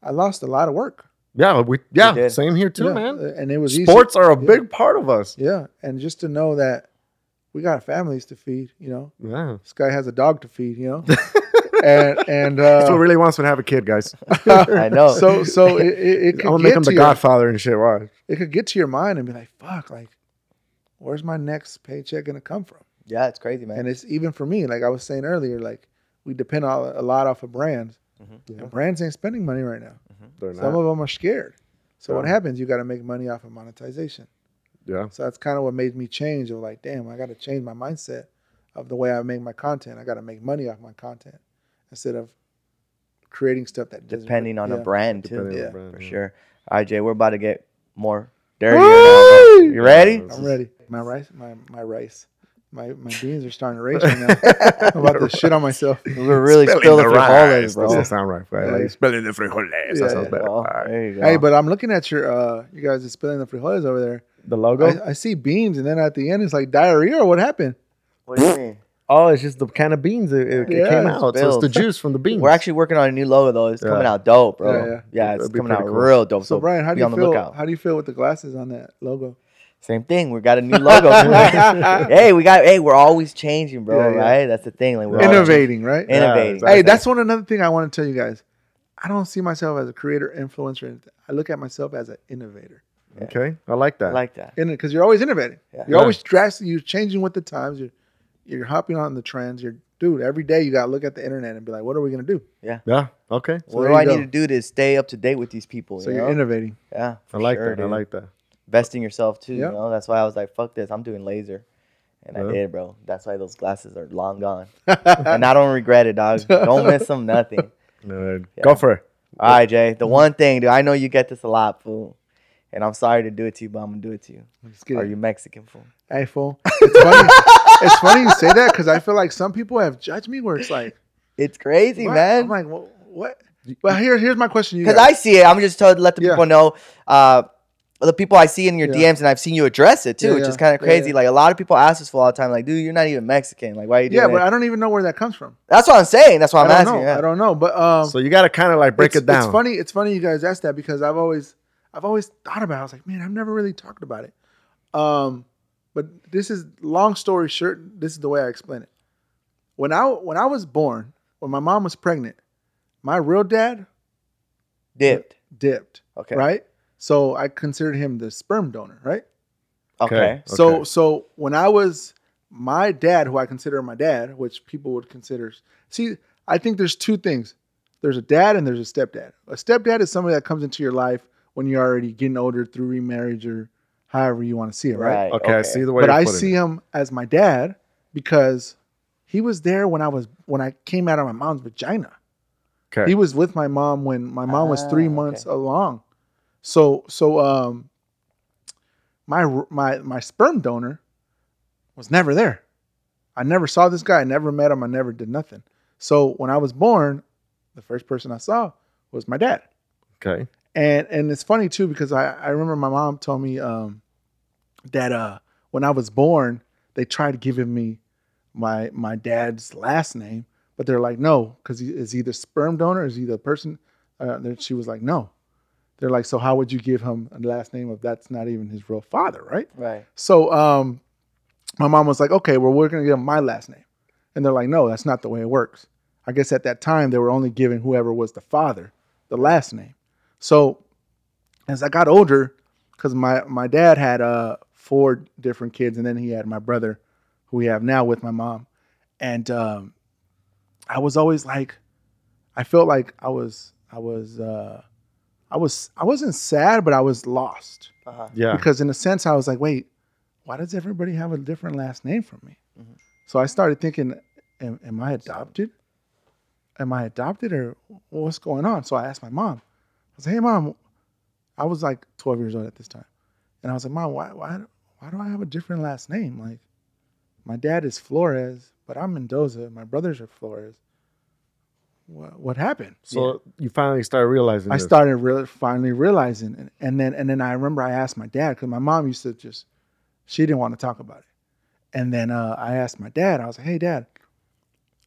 [SPEAKER 3] I lost a lot of work.
[SPEAKER 1] yeah, we yeah,
[SPEAKER 2] did.
[SPEAKER 1] same here too,
[SPEAKER 3] Yeah. uh,
[SPEAKER 1] man.
[SPEAKER 3] And it was easy.
[SPEAKER 1] Sports are a
[SPEAKER 3] Yeah.
[SPEAKER 1] big part of us.
[SPEAKER 3] Yeah, and just to know that we got families to feed, you know.
[SPEAKER 1] Yeah.
[SPEAKER 3] This guy has a dog to feed, you know. and and uh,
[SPEAKER 1] That's what really wants me to have a kid, guys.
[SPEAKER 2] I know.
[SPEAKER 3] so so it it, it
[SPEAKER 1] I'm
[SPEAKER 3] could
[SPEAKER 1] gonna make
[SPEAKER 3] get
[SPEAKER 1] him
[SPEAKER 3] to
[SPEAKER 1] the
[SPEAKER 3] your,
[SPEAKER 1] godfather and shit. Why?
[SPEAKER 3] it could get to your mind and be like, fuck, like, where's my next paycheck gonna come from?
[SPEAKER 2] yeah, it's crazy, man.
[SPEAKER 3] And it's even for me, like I was saying earlier, like we depend all, a lot off of brands,
[SPEAKER 1] Yeah.
[SPEAKER 3] and brands ain't spending money right now.
[SPEAKER 1] They're
[SPEAKER 3] Some
[SPEAKER 1] not.
[SPEAKER 3] of them are scared. So what
[SPEAKER 1] Yeah.
[SPEAKER 3] happens? You got to make money off of monetization.
[SPEAKER 1] Yeah.
[SPEAKER 3] So that's kind of what made me change. Of like, damn, I got to change my mindset of the way I make my content. I got to make money off my content instead of creating stuff that doesn't
[SPEAKER 2] depending on
[SPEAKER 3] yeah.
[SPEAKER 2] a brand too,
[SPEAKER 1] Depending on
[SPEAKER 3] Yeah.
[SPEAKER 1] the brand,
[SPEAKER 2] for
[SPEAKER 1] yeah.
[SPEAKER 2] sure. IJ, we're about to get more. There you go. You ready?
[SPEAKER 3] I'm ready. My rice, my my rice, my my beans are starting to rage right now. I'm about to shit on myself.
[SPEAKER 2] We're really
[SPEAKER 1] Spelling
[SPEAKER 2] spilling
[SPEAKER 1] the
[SPEAKER 2] the
[SPEAKER 1] rice.
[SPEAKER 2] frijoles,
[SPEAKER 1] Doesn't
[SPEAKER 2] bro.
[SPEAKER 1] sound right,
[SPEAKER 3] Yeah.
[SPEAKER 1] right? Like spelling the frijoles.
[SPEAKER 3] Yeah,
[SPEAKER 1] That sounds
[SPEAKER 3] yeah.
[SPEAKER 1] better.
[SPEAKER 2] Well,
[SPEAKER 1] All right.
[SPEAKER 2] there you go.
[SPEAKER 3] Hey, but I'm looking at your uh, you guys are spilling the frijoles over there.
[SPEAKER 1] The logo.
[SPEAKER 3] I, I see beans, and then at the end it's like diarrhea. Or what happened?
[SPEAKER 2] What do you mean?
[SPEAKER 1] oh, it's just the can of beans. It, it- it
[SPEAKER 3] Yeah,
[SPEAKER 1] came out.
[SPEAKER 3] it's
[SPEAKER 1] So it's
[SPEAKER 2] spilled.
[SPEAKER 1] the juice from the beans.
[SPEAKER 2] We're actually working on a new logo though. It's coming
[SPEAKER 1] Yeah.
[SPEAKER 2] out dope, bro.
[SPEAKER 3] Yeah,
[SPEAKER 2] Yeah,
[SPEAKER 3] yeah.
[SPEAKER 2] it's
[SPEAKER 1] That'd be
[SPEAKER 2] coming out
[SPEAKER 1] pretty cool.
[SPEAKER 2] real dope.
[SPEAKER 3] So, Brian, how do
[SPEAKER 2] be
[SPEAKER 3] you
[SPEAKER 2] on the
[SPEAKER 3] feel?
[SPEAKER 2] lookout.
[SPEAKER 3] How do you feel with the glasses on that logo?
[SPEAKER 2] Same thing. We got a new logo. hey, we got. Hey, we're always changing, bro.
[SPEAKER 3] Yeah, yeah.
[SPEAKER 2] Right? That's the thing. Like we're always
[SPEAKER 3] Innovating, right?
[SPEAKER 2] changing. innovating.
[SPEAKER 1] exactly.
[SPEAKER 3] Hey, that's one another thing I want to tell you guys. I don't see myself as a creator, influencer. or anything. I look at myself as an innovator.
[SPEAKER 1] okay. I like
[SPEAKER 2] I
[SPEAKER 1] that.
[SPEAKER 2] like that.
[SPEAKER 3] in it because you're always innovating.
[SPEAKER 2] Yeah.
[SPEAKER 3] You're
[SPEAKER 1] Yeah.
[SPEAKER 3] always drastic. You're changing with the times. You're you're hopping on the trends. You're dude. Every day you gotta look at the internet and be like, what are we gonna do?
[SPEAKER 1] yeah. Okay.
[SPEAKER 3] So
[SPEAKER 2] what
[SPEAKER 3] there
[SPEAKER 2] do
[SPEAKER 3] you
[SPEAKER 2] I
[SPEAKER 3] go.
[SPEAKER 2] need to do to stay up to date with these people?
[SPEAKER 3] So
[SPEAKER 2] you
[SPEAKER 3] you're
[SPEAKER 2] know?
[SPEAKER 3] innovating.
[SPEAKER 2] yeah,
[SPEAKER 1] I
[SPEAKER 2] for
[SPEAKER 1] like
[SPEAKER 2] sure,
[SPEAKER 1] that. I
[SPEAKER 2] dude.
[SPEAKER 1] like that.
[SPEAKER 2] invest in yourself too.
[SPEAKER 3] Yeah.
[SPEAKER 2] You know, that's why I was like, "Fuck this! I'm doing laser," and I
[SPEAKER 1] Yeah.
[SPEAKER 2] did, bro. That's why those glasses are long gone,
[SPEAKER 3] Ah.
[SPEAKER 2] and I don't regret it, dog. Don't miss them, nothing.
[SPEAKER 1] No,
[SPEAKER 2] Yeah.
[SPEAKER 1] Go for it.
[SPEAKER 2] All right, Jay. The one thing, dude. I know you get this a lot, fool, and I'm sorry to do it to you, but I'm gonna do it to you.
[SPEAKER 3] Let's get
[SPEAKER 2] Are
[SPEAKER 3] it.
[SPEAKER 2] you Mexican, fool?
[SPEAKER 3] Hey, fool. It's funny. it's funny you say that because I feel like some people have judged me where it's like,
[SPEAKER 2] It's crazy,
[SPEAKER 3] what?
[SPEAKER 2] man.
[SPEAKER 3] I'm like, what? what? Well, here, here's my question. to You
[SPEAKER 2] Because
[SPEAKER 3] guys.
[SPEAKER 2] I see it. I'm just told let the
[SPEAKER 3] Yeah.
[SPEAKER 2] people know. Uh, the people I see in your
[SPEAKER 3] Yeah.
[SPEAKER 2] DMs, and I've seen you address it too,
[SPEAKER 3] Yeah,
[SPEAKER 2] which
[SPEAKER 3] yeah.
[SPEAKER 2] is kind of
[SPEAKER 3] Yeah,
[SPEAKER 2] crazy.
[SPEAKER 3] yeah.
[SPEAKER 2] Like a lot of people ask us for all the time, like, "Dude, you're not even Mexican. Like, why are you doing
[SPEAKER 3] yeah, but
[SPEAKER 2] that?"
[SPEAKER 3] I don't even know where that comes from.
[SPEAKER 2] That's what I'm saying. That's what
[SPEAKER 3] I'm
[SPEAKER 2] I'm
[SPEAKER 3] I do not
[SPEAKER 2] asking.
[SPEAKER 3] know.
[SPEAKER 2] yeah.
[SPEAKER 3] I don't know. But um,
[SPEAKER 1] So you got to kind of like break
[SPEAKER 3] it's,
[SPEAKER 1] it down.
[SPEAKER 3] It's funny. It's funny you guys asked that because I've always, I've always thought about. it. I was like, man, I've never really talked about it. Um, but this is long story short. This is the way I explain it. When I when I was born, when my mom was pregnant, my real dad
[SPEAKER 2] Dipped.
[SPEAKER 3] dipped.
[SPEAKER 2] Okay.
[SPEAKER 3] Right. So I considered him the sperm donor. Right.
[SPEAKER 2] Okay.
[SPEAKER 3] So so when I was my dad, who I consider my dad, which people would consider see, I think there's two things. There's a dad and there's a stepdad. A stepdad is somebody that comes into your life when you're already getting older through remarriage or however you want to see it, right?
[SPEAKER 2] Right.
[SPEAKER 1] Okay, I see the way.
[SPEAKER 3] But
[SPEAKER 1] you're
[SPEAKER 3] I
[SPEAKER 1] putting
[SPEAKER 3] see
[SPEAKER 1] it.
[SPEAKER 3] him as my dad because he was there when I was when I came out of my mom's vagina.
[SPEAKER 1] Okay.
[SPEAKER 3] He was with my mom when my mom was three
[SPEAKER 2] Ah,
[SPEAKER 3] months along. So so um my my my sperm donor was never there. I never saw this guy, I never met him, I never did nothing. So when I was born, the first person I saw was my dad.
[SPEAKER 1] Okay.
[SPEAKER 3] And and it's funny too because I, I remember my mom told me um, that uh, when I was born, they tried giving me my my dad's last name, but they're like no because he is either sperm donor or is either person. Uh, then she was like no. They're like so how would you give him a last name if that's not even his real father, right?
[SPEAKER 2] Right.
[SPEAKER 3] So um, my mom was like, okay, well, we're going to give him my last name. And they're like, no, that's not the way it works. I guess at that time, they were only giving whoever was the father the last name. So as I got older, because my, my dad had uh, four different kids, and then he had my brother, who we have now with my mom. And um, I was always like, I felt like I was, I was, uh, I was, I wasn't sad, but I was lost
[SPEAKER 2] Uh-huh.
[SPEAKER 1] Yeah.
[SPEAKER 3] because in a sense I was like, wait, why does everybody have a different last name from me?
[SPEAKER 1] Mm-hmm.
[SPEAKER 3] So I started thinking, am, am I adopted? Am I adopted or what's going on? So I asked my mom. I was like, hey mom, I was like 12 years old at this time, and I was like, mom, why why why do I have a different last name? Like, my dad is Flores, but I'm Mendoza. My brothers are Flores. What what happened?
[SPEAKER 1] So you finally started realizing.
[SPEAKER 3] I
[SPEAKER 1] this.
[SPEAKER 3] started real finally realizing, it. and then and then I remember I asked my dad because my mom used to just she didn't want to talk about it, and then uh, I asked my dad. I was like, "Hey, dad,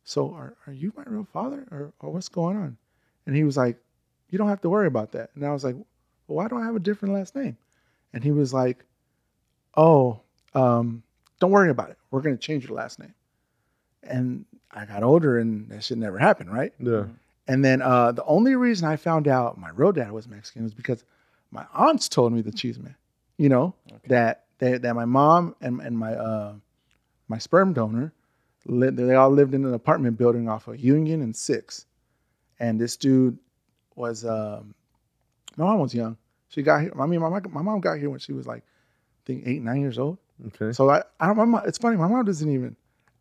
[SPEAKER 3] so are are you my real father, or or what's going on?" And he was like, "You don't have to worry about that." And I was like, well, "Why do I have a different last name?" And he was like, "Oh, um, don't worry about it. We're gonna change your last name." And I got older, and that should never happen, right?
[SPEAKER 1] Yeah.
[SPEAKER 3] And then uh, the only reason I found out my real dad was Mexican was because my aunts told me the cheese man, you know, that they, that my mom and, and my uh, my sperm donor, li- they all lived in an apartment building off of Union and Six, and this dude was um, my mom was young. She got here. I mean, my, my my mom got here when she was like, I think eight nine years old.
[SPEAKER 1] Okay.
[SPEAKER 3] So I, I don't. My mom, it's funny. My mom doesn't even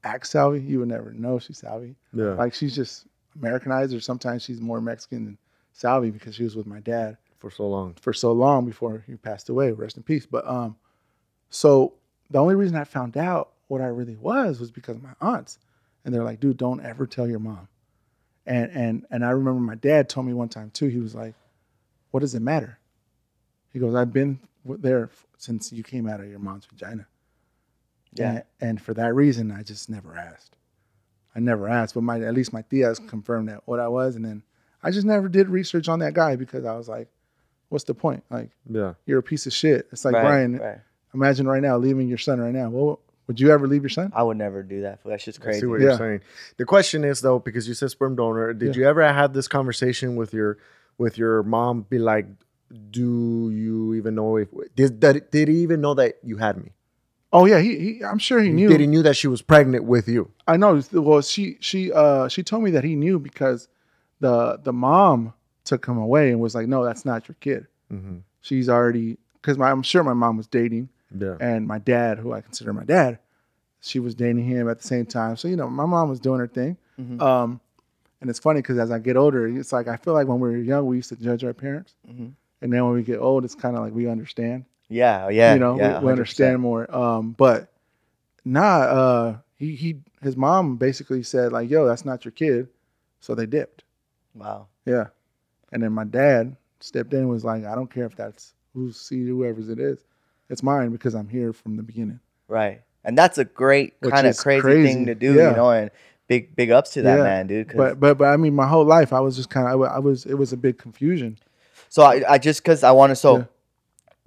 [SPEAKER 3] act Salvi. You would never know she's Salvi.
[SPEAKER 1] Yeah.
[SPEAKER 3] Like she's just Americanized, or sometimes she's more Mexican than Salvi because she was with my dad
[SPEAKER 1] for so long.
[SPEAKER 3] for so long before he passed away. Rest in peace. But um, so the only reason I found out what I really was was because of my aunts, and they're like, "Dude, don't ever tell your mom." And and and I remember my dad told me one time too. He was like, "What does it matter?" He goes, "I've been w- there f- since you came out of your mom's vagina."
[SPEAKER 2] Yeah.
[SPEAKER 3] And, and for that reason, I just never asked. I never asked, but my at least my tias confirmed that what I was, and then I just never did research on that guy because I was like, "What's the point?" Like
[SPEAKER 1] Yeah.
[SPEAKER 3] you're a piece of shit. It's like
[SPEAKER 2] Right,
[SPEAKER 3] Brian.
[SPEAKER 2] right.
[SPEAKER 3] Imagine right now leaving your son right now. Well, would you ever leave your son?
[SPEAKER 2] I would never do that. That's just
[SPEAKER 1] I
[SPEAKER 2] crazy.
[SPEAKER 1] see what
[SPEAKER 3] Yeah.
[SPEAKER 1] you're saying. The question is though, because you said sperm donor, did
[SPEAKER 3] Yeah.
[SPEAKER 1] you ever have this conversation with your with your mom? Be like, do you even know if did that, did he even know that you had me?
[SPEAKER 3] Oh yeah, he. he I'm sure he knew.
[SPEAKER 1] Did he knew that she was pregnant with you?
[SPEAKER 3] I know. Well, she she uh she told me that he knew because the the mom took him away and was like, no, that's not your kid.
[SPEAKER 1] Mhm.
[SPEAKER 3] She's already because I'm sure my mom was dating
[SPEAKER 1] Yeah.
[SPEAKER 3] and my dad, who I consider my dad, she was dating him at the same time. So you know, my mom was doing her thing.
[SPEAKER 2] Mhm.
[SPEAKER 3] Um, and it's funny because as I get older, it's like I feel like when we were young, we used to judge our parents,
[SPEAKER 2] Mhm.
[SPEAKER 3] and then when we get old, it's kind of like we understand.
[SPEAKER 2] Yeah, yeah.
[SPEAKER 3] you know, we-
[SPEAKER 2] yeah,
[SPEAKER 3] we, understand more. Um, but nah, uh, he he, his mom basically said like, "Yo, that's not your kid," so they dipped.
[SPEAKER 2] 100%. Wow.
[SPEAKER 3] Yeah, and then my dad stepped in and was like, "I don't care if that's who see whoever's it is, it's mine because I'm here from the beginning."
[SPEAKER 2] Right. And that's a great
[SPEAKER 3] Which
[SPEAKER 2] kind of
[SPEAKER 3] is
[SPEAKER 2] crazy,
[SPEAKER 3] crazy.
[SPEAKER 2] thing to do,
[SPEAKER 3] Yeah.
[SPEAKER 2] you know, and big big ups to that
[SPEAKER 3] Yeah.
[SPEAKER 2] man, dude. 'cause-
[SPEAKER 3] But but but I mean, my whole life I was just kind of I, wa- I was it was a big confusion.
[SPEAKER 2] so I, I just cuz I want to so
[SPEAKER 3] Yeah.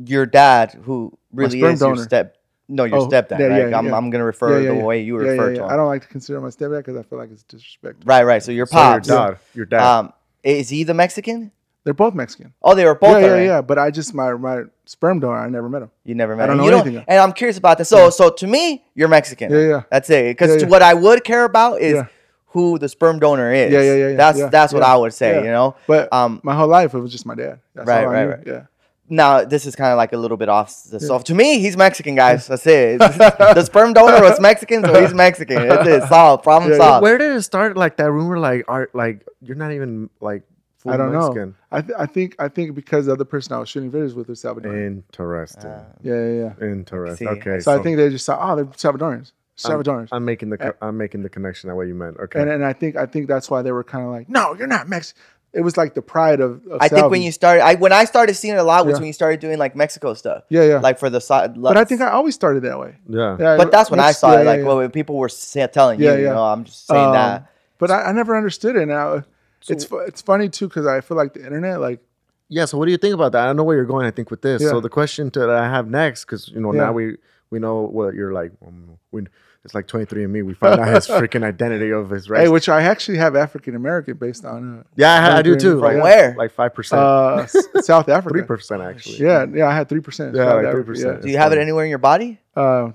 [SPEAKER 2] your dad who really
[SPEAKER 3] sperm
[SPEAKER 2] is
[SPEAKER 3] donor.
[SPEAKER 2] your step no, your
[SPEAKER 3] Oh,
[SPEAKER 2] stepdad,
[SPEAKER 3] yeah,
[SPEAKER 2] right?
[SPEAKER 3] yeah,
[SPEAKER 2] I'm,
[SPEAKER 3] yeah.
[SPEAKER 2] I'm going to refer
[SPEAKER 3] Yeah, yeah,
[SPEAKER 2] the
[SPEAKER 3] yeah.
[SPEAKER 2] way you
[SPEAKER 3] yeah,
[SPEAKER 2] refer to
[SPEAKER 3] yeah, yeah.
[SPEAKER 2] him.
[SPEAKER 3] I don't like to consider my stepdad because I feel like it's disrespectful.
[SPEAKER 2] Right, right. So your
[SPEAKER 1] So your
[SPEAKER 2] pops.
[SPEAKER 1] dad, your dad.
[SPEAKER 2] um is he the Mexican?
[SPEAKER 3] They're both Mexican.
[SPEAKER 2] Oh, they were both.
[SPEAKER 3] yeah, yeah,
[SPEAKER 2] alright.
[SPEAKER 3] yeah. But I just my my sperm donor, I never met him.
[SPEAKER 2] You never met. him.
[SPEAKER 3] don't know
[SPEAKER 2] you
[SPEAKER 3] anything.
[SPEAKER 2] And I'm curious about this. So, so to me, you're Mexican.
[SPEAKER 3] Yeah, yeah.
[SPEAKER 2] That's it.
[SPEAKER 3] Yeah,
[SPEAKER 2] Because
[SPEAKER 3] yeah.
[SPEAKER 2] what I would care about is
[SPEAKER 3] Yeah.
[SPEAKER 2] who the sperm donor is.
[SPEAKER 3] Yeah, yeah, yeah, yeah,
[SPEAKER 2] That's
[SPEAKER 3] yeah,
[SPEAKER 2] that's what
[SPEAKER 3] yeah,
[SPEAKER 2] I would say.
[SPEAKER 3] yeah.
[SPEAKER 2] You know.
[SPEAKER 3] But
[SPEAKER 2] Um,
[SPEAKER 3] my whole life it was just my dad. That's
[SPEAKER 2] Right,
[SPEAKER 3] all I
[SPEAKER 2] right,
[SPEAKER 3] knew.
[SPEAKER 2] right.
[SPEAKER 3] Yeah.
[SPEAKER 2] Now this is kind of like a little bit off. The soft. To me, he's Mexican, guys. That's it. the sperm donor was Mexican, so he's Mexican. That's it. Solved. Problem
[SPEAKER 3] Yeah, yeah.
[SPEAKER 2] solved.
[SPEAKER 1] Where did it start? Like that rumor, like art, like you're not even like full
[SPEAKER 3] I don't
[SPEAKER 1] Mexican.
[SPEAKER 3] know. I th- I think I think because the other person I was shooting videos with was Salvadorian.
[SPEAKER 1] Interesting.
[SPEAKER 2] Uh,
[SPEAKER 3] Yeah, yeah, yeah.
[SPEAKER 1] Interesting.
[SPEAKER 2] see.
[SPEAKER 1] Okay.
[SPEAKER 3] So I think they just saw, oh, they're Salvadorians.
[SPEAKER 2] Um,
[SPEAKER 3] Salvadorians.
[SPEAKER 1] I'm making the co- I'm making the connection that way you meant. Okay.
[SPEAKER 3] and and I think I think that's why they were kind of like, no, you're not Mexican. It was like the pride of. of
[SPEAKER 2] I think when
[SPEAKER 3] Salvi.
[SPEAKER 2] you started, I when I started seeing it a lot was
[SPEAKER 3] Yeah.
[SPEAKER 2] when you started doing like Mexico stuff,
[SPEAKER 3] Yeah, yeah.
[SPEAKER 2] like for the side.
[SPEAKER 3] but I think I always started that way.
[SPEAKER 1] yeah.
[SPEAKER 3] Yeah,
[SPEAKER 2] but that's when I
[SPEAKER 3] let's-
[SPEAKER 2] saw
[SPEAKER 3] yeah,
[SPEAKER 2] it.
[SPEAKER 3] yeah,
[SPEAKER 2] Like
[SPEAKER 3] yeah.
[SPEAKER 2] well, when people were sa- telling you,
[SPEAKER 3] Yeah,
[SPEAKER 2] you
[SPEAKER 3] yeah.
[SPEAKER 2] know, I'm just saying
[SPEAKER 3] Um,
[SPEAKER 2] that.
[SPEAKER 3] But I, I never understood it. Now it's fu- it's funny too because I feel like the internet, like
[SPEAKER 1] Yeah. So what do you think about that? I don't know where you're going. I think with this.
[SPEAKER 3] Yeah.
[SPEAKER 1] So the question to, that I have next, because you know
[SPEAKER 3] Yeah.
[SPEAKER 1] now we we know what you're like. Um, when it's like 23 and Me, we found out his freaking identity of his race.
[SPEAKER 3] hey, which I actually have African American based on
[SPEAKER 1] yeah, I, ha- I do
[SPEAKER 3] 23andMe
[SPEAKER 1] too.
[SPEAKER 2] From
[SPEAKER 1] like,
[SPEAKER 2] where?
[SPEAKER 1] Like five
[SPEAKER 3] uh, Oh,
[SPEAKER 1] percent,
[SPEAKER 3] uh, S- South Africa.
[SPEAKER 1] three percent actually.
[SPEAKER 3] Yeah, yeah, I had three percent.
[SPEAKER 1] Yeah, like 3%.
[SPEAKER 2] Do you have it anywhere in your body?
[SPEAKER 3] Uh,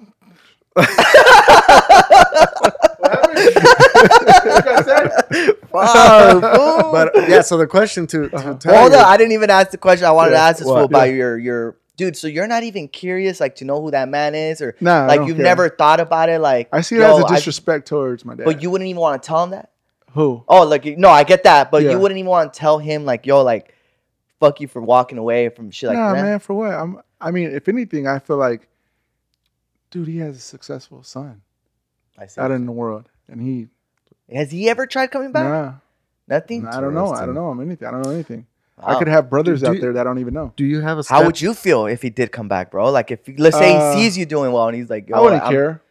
[SPEAKER 1] But yeah. So the question to,
[SPEAKER 3] Uh-huh.
[SPEAKER 1] to tell
[SPEAKER 2] Hold
[SPEAKER 1] you,
[SPEAKER 2] on, I didn't even ask the question. I wanted to
[SPEAKER 3] Yeah,
[SPEAKER 2] ask this
[SPEAKER 1] what?
[SPEAKER 2] fool about your your dude. So you're not even curious, like to know who that man is, or
[SPEAKER 3] Nah, I
[SPEAKER 2] like
[SPEAKER 3] don't
[SPEAKER 2] you've
[SPEAKER 3] care.
[SPEAKER 2] never thought about it, like
[SPEAKER 3] I see it
[SPEAKER 2] yo,
[SPEAKER 3] as a
[SPEAKER 2] I-
[SPEAKER 3] disrespect towards my dad.
[SPEAKER 2] but you wouldn't even want to tell him that.
[SPEAKER 3] who?
[SPEAKER 2] Oh, like you- no, I get that, but
[SPEAKER 3] Yeah.
[SPEAKER 2] you wouldn't even want to tell him, like yo, like fuck you for walking away from shit like
[SPEAKER 3] nah,
[SPEAKER 2] that.
[SPEAKER 3] man, for what? I'm. I mean, if anything, I feel like, dude, he has a successful son
[SPEAKER 2] I see.
[SPEAKER 3] out in the world, and he.
[SPEAKER 2] Has he ever tried coming back?
[SPEAKER 3] Nah,
[SPEAKER 2] Nothing.
[SPEAKER 3] I don't know. I
[SPEAKER 1] Interesting. Oh,
[SPEAKER 3] don't know him anything. I don't know anything.
[SPEAKER 2] Wow.
[SPEAKER 3] I could have brothers
[SPEAKER 1] Do-
[SPEAKER 3] out
[SPEAKER 1] do-
[SPEAKER 3] there that I don't even know.
[SPEAKER 1] do you have a?
[SPEAKER 2] How
[SPEAKER 1] step-
[SPEAKER 2] would you feel if he did come back, bro? Like if let's say
[SPEAKER 3] Uh,
[SPEAKER 2] he sees you doing well and he's like, yo,
[SPEAKER 3] I wouldn't
[SPEAKER 2] I'm-
[SPEAKER 3] care.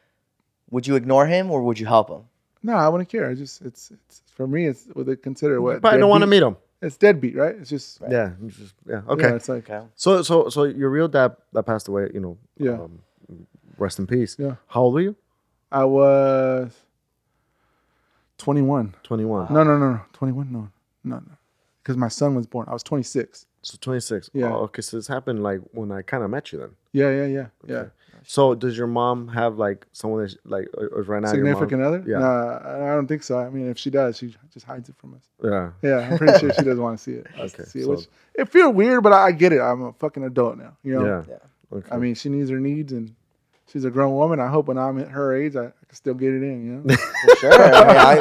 [SPEAKER 2] Would you ignore him or would you help him?
[SPEAKER 3] No, I wouldn't care. I just it's, it's for me. It's what they consider
[SPEAKER 1] You
[SPEAKER 3] what
[SPEAKER 1] probably don't want to meet him.
[SPEAKER 3] It's deadbeat, right? It's just
[SPEAKER 1] Yeah. you just- yeah.
[SPEAKER 3] yeah,
[SPEAKER 1] Okay.
[SPEAKER 3] it's like
[SPEAKER 2] Okay.
[SPEAKER 1] So so so your real dad that passed away, you know.
[SPEAKER 3] Yeah.
[SPEAKER 1] Um, rest in peace.
[SPEAKER 3] Yeah.
[SPEAKER 1] How old were you?
[SPEAKER 3] I was twenty one.
[SPEAKER 1] Twenty one.
[SPEAKER 3] No, no, no, no. Twenty one. No, no, no. Because my son was born. I was twenty six.
[SPEAKER 1] So twenty six.
[SPEAKER 3] Yeah.
[SPEAKER 1] Oh, okay. So this happened like when I kind of met you then.
[SPEAKER 3] Yeah, yeah, yeah, yeah.
[SPEAKER 1] So does your mom have like someone that's like uh, uh, right now? your mom-
[SPEAKER 3] Significant other?
[SPEAKER 1] Yeah.
[SPEAKER 3] Nah, I- I don't think so. I mean, if she does, she just hides it from us.
[SPEAKER 1] Yeah.
[SPEAKER 3] Yeah, I'm pretty sure she doesn't want to see it.
[SPEAKER 1] Okay,
[SPEAKER 3] See it,
[SPEAKER 1] so-
[SPEAKER 3] which, it feels weird, but I, I get it. I'm a fucking adult now. You know.
[SPEAKER 1] Yeah. Okay.
[SPEAKER 3] I mean, she needs her needs, and she's a grown woman. I hope when I'm at her age, I, I can still get it in. You know.
[SPEAKER 2] For sure. I mean, I,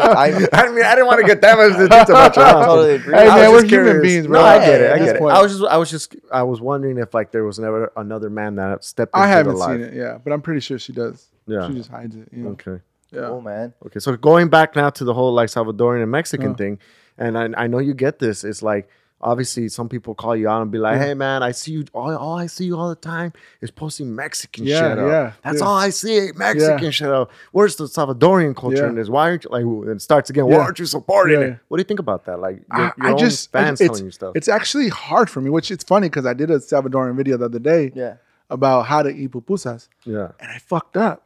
[SPEAKER 2] I,
[SPEAKER 1] I mean, I didn't want to get that much into my
[SPEAKER 2] I
[SPEAKER 1] job.
[SPEAKER 2] totally agree.
[SPEAKER 3] Hey,
[SPEAKER 2] I
[SPEAKER 3] man,
[SPEAKER 2] was
[SPEAKER 3] we're
[SPEAKER 2] just
[SPEAKER 3] human
[SPEAKER 2] curious.
[SPEAKER 3] beings, bro.
[SPEAKER 1] No, I get it.
[SPEAKER 3] At
[SPEAKER 1] I
[SPEAKER 3] this
[SPEAKER 1] get it.
[SPEAKER 3] point.
[SPEAKER 1] I was just, I was just, I was wondering if like there was never another man that stepped. Into
[SPEAKER 3] I haven't
[SPEAKER 1] the life.
[SPEAKER 3] seen it, yeah, but I'm pretty sure she does.
[SPEAKER 1] Yeah.
[SPEAKER 3] She just hides it, you know.
[SPEAKER 1] Okay.
[SPEAKER 3] Yeah.
[SPEAKER 2] Cool, man.
[SPEAKER 1] Okay. So going back now to the whole like Salvadoran and Mexican
[SPEAKER 3] Yeah.
[SPEAKER 1] thing, and I, I know you get this. It's like obviously some people call you out and be like, "Hey man, I see you. All, all I see you all the time is posting Mexican
[SPEAKER 3] Yeah,
[SPEAKER 1] shit up.
[SPEAKER 3] yeah,
[SPEAKER 1] That's
[SPEAKER 3] yeah.
[SPEAKER 1] all I see. Mexican
[SPEAKER 3] Yeah.
[SPEAKER 1] shit up. Where's the Salvadorian culture
[SPEAKER 3] Yeah.
[SPEAKER 1] in this? Why aren't you like?" It starts again.
[SPEAKER 3] Yeah.
[SPEAKER 1] Why aren't you supporting
[SPEAKER 3] Yeah,
[SPEAKER 1] it?
[SPEAKER 3] yeah.
[SPEAKER 1] What do you think about that? Like your,
[SPEAKER 3] I,
[SPEAKER 1] your
[SPEAKER 3] I
[SPEAKER 1] own
[SPEAKER 3] just I-
[SPEAKER 1] fans
[SPEAKER 3] it's,
[SPEAKER 1] telling you stuff.
[SPEAKER 3] It's actually hard for me, which it's funny because I did a Salvadoran video the other day
[SPEAKER 2] Yeah.
[SPEAKER 3] about how to eat pupusas,
[SPEAKER 1] yeah.
[SPEAKER 3] and I fucked up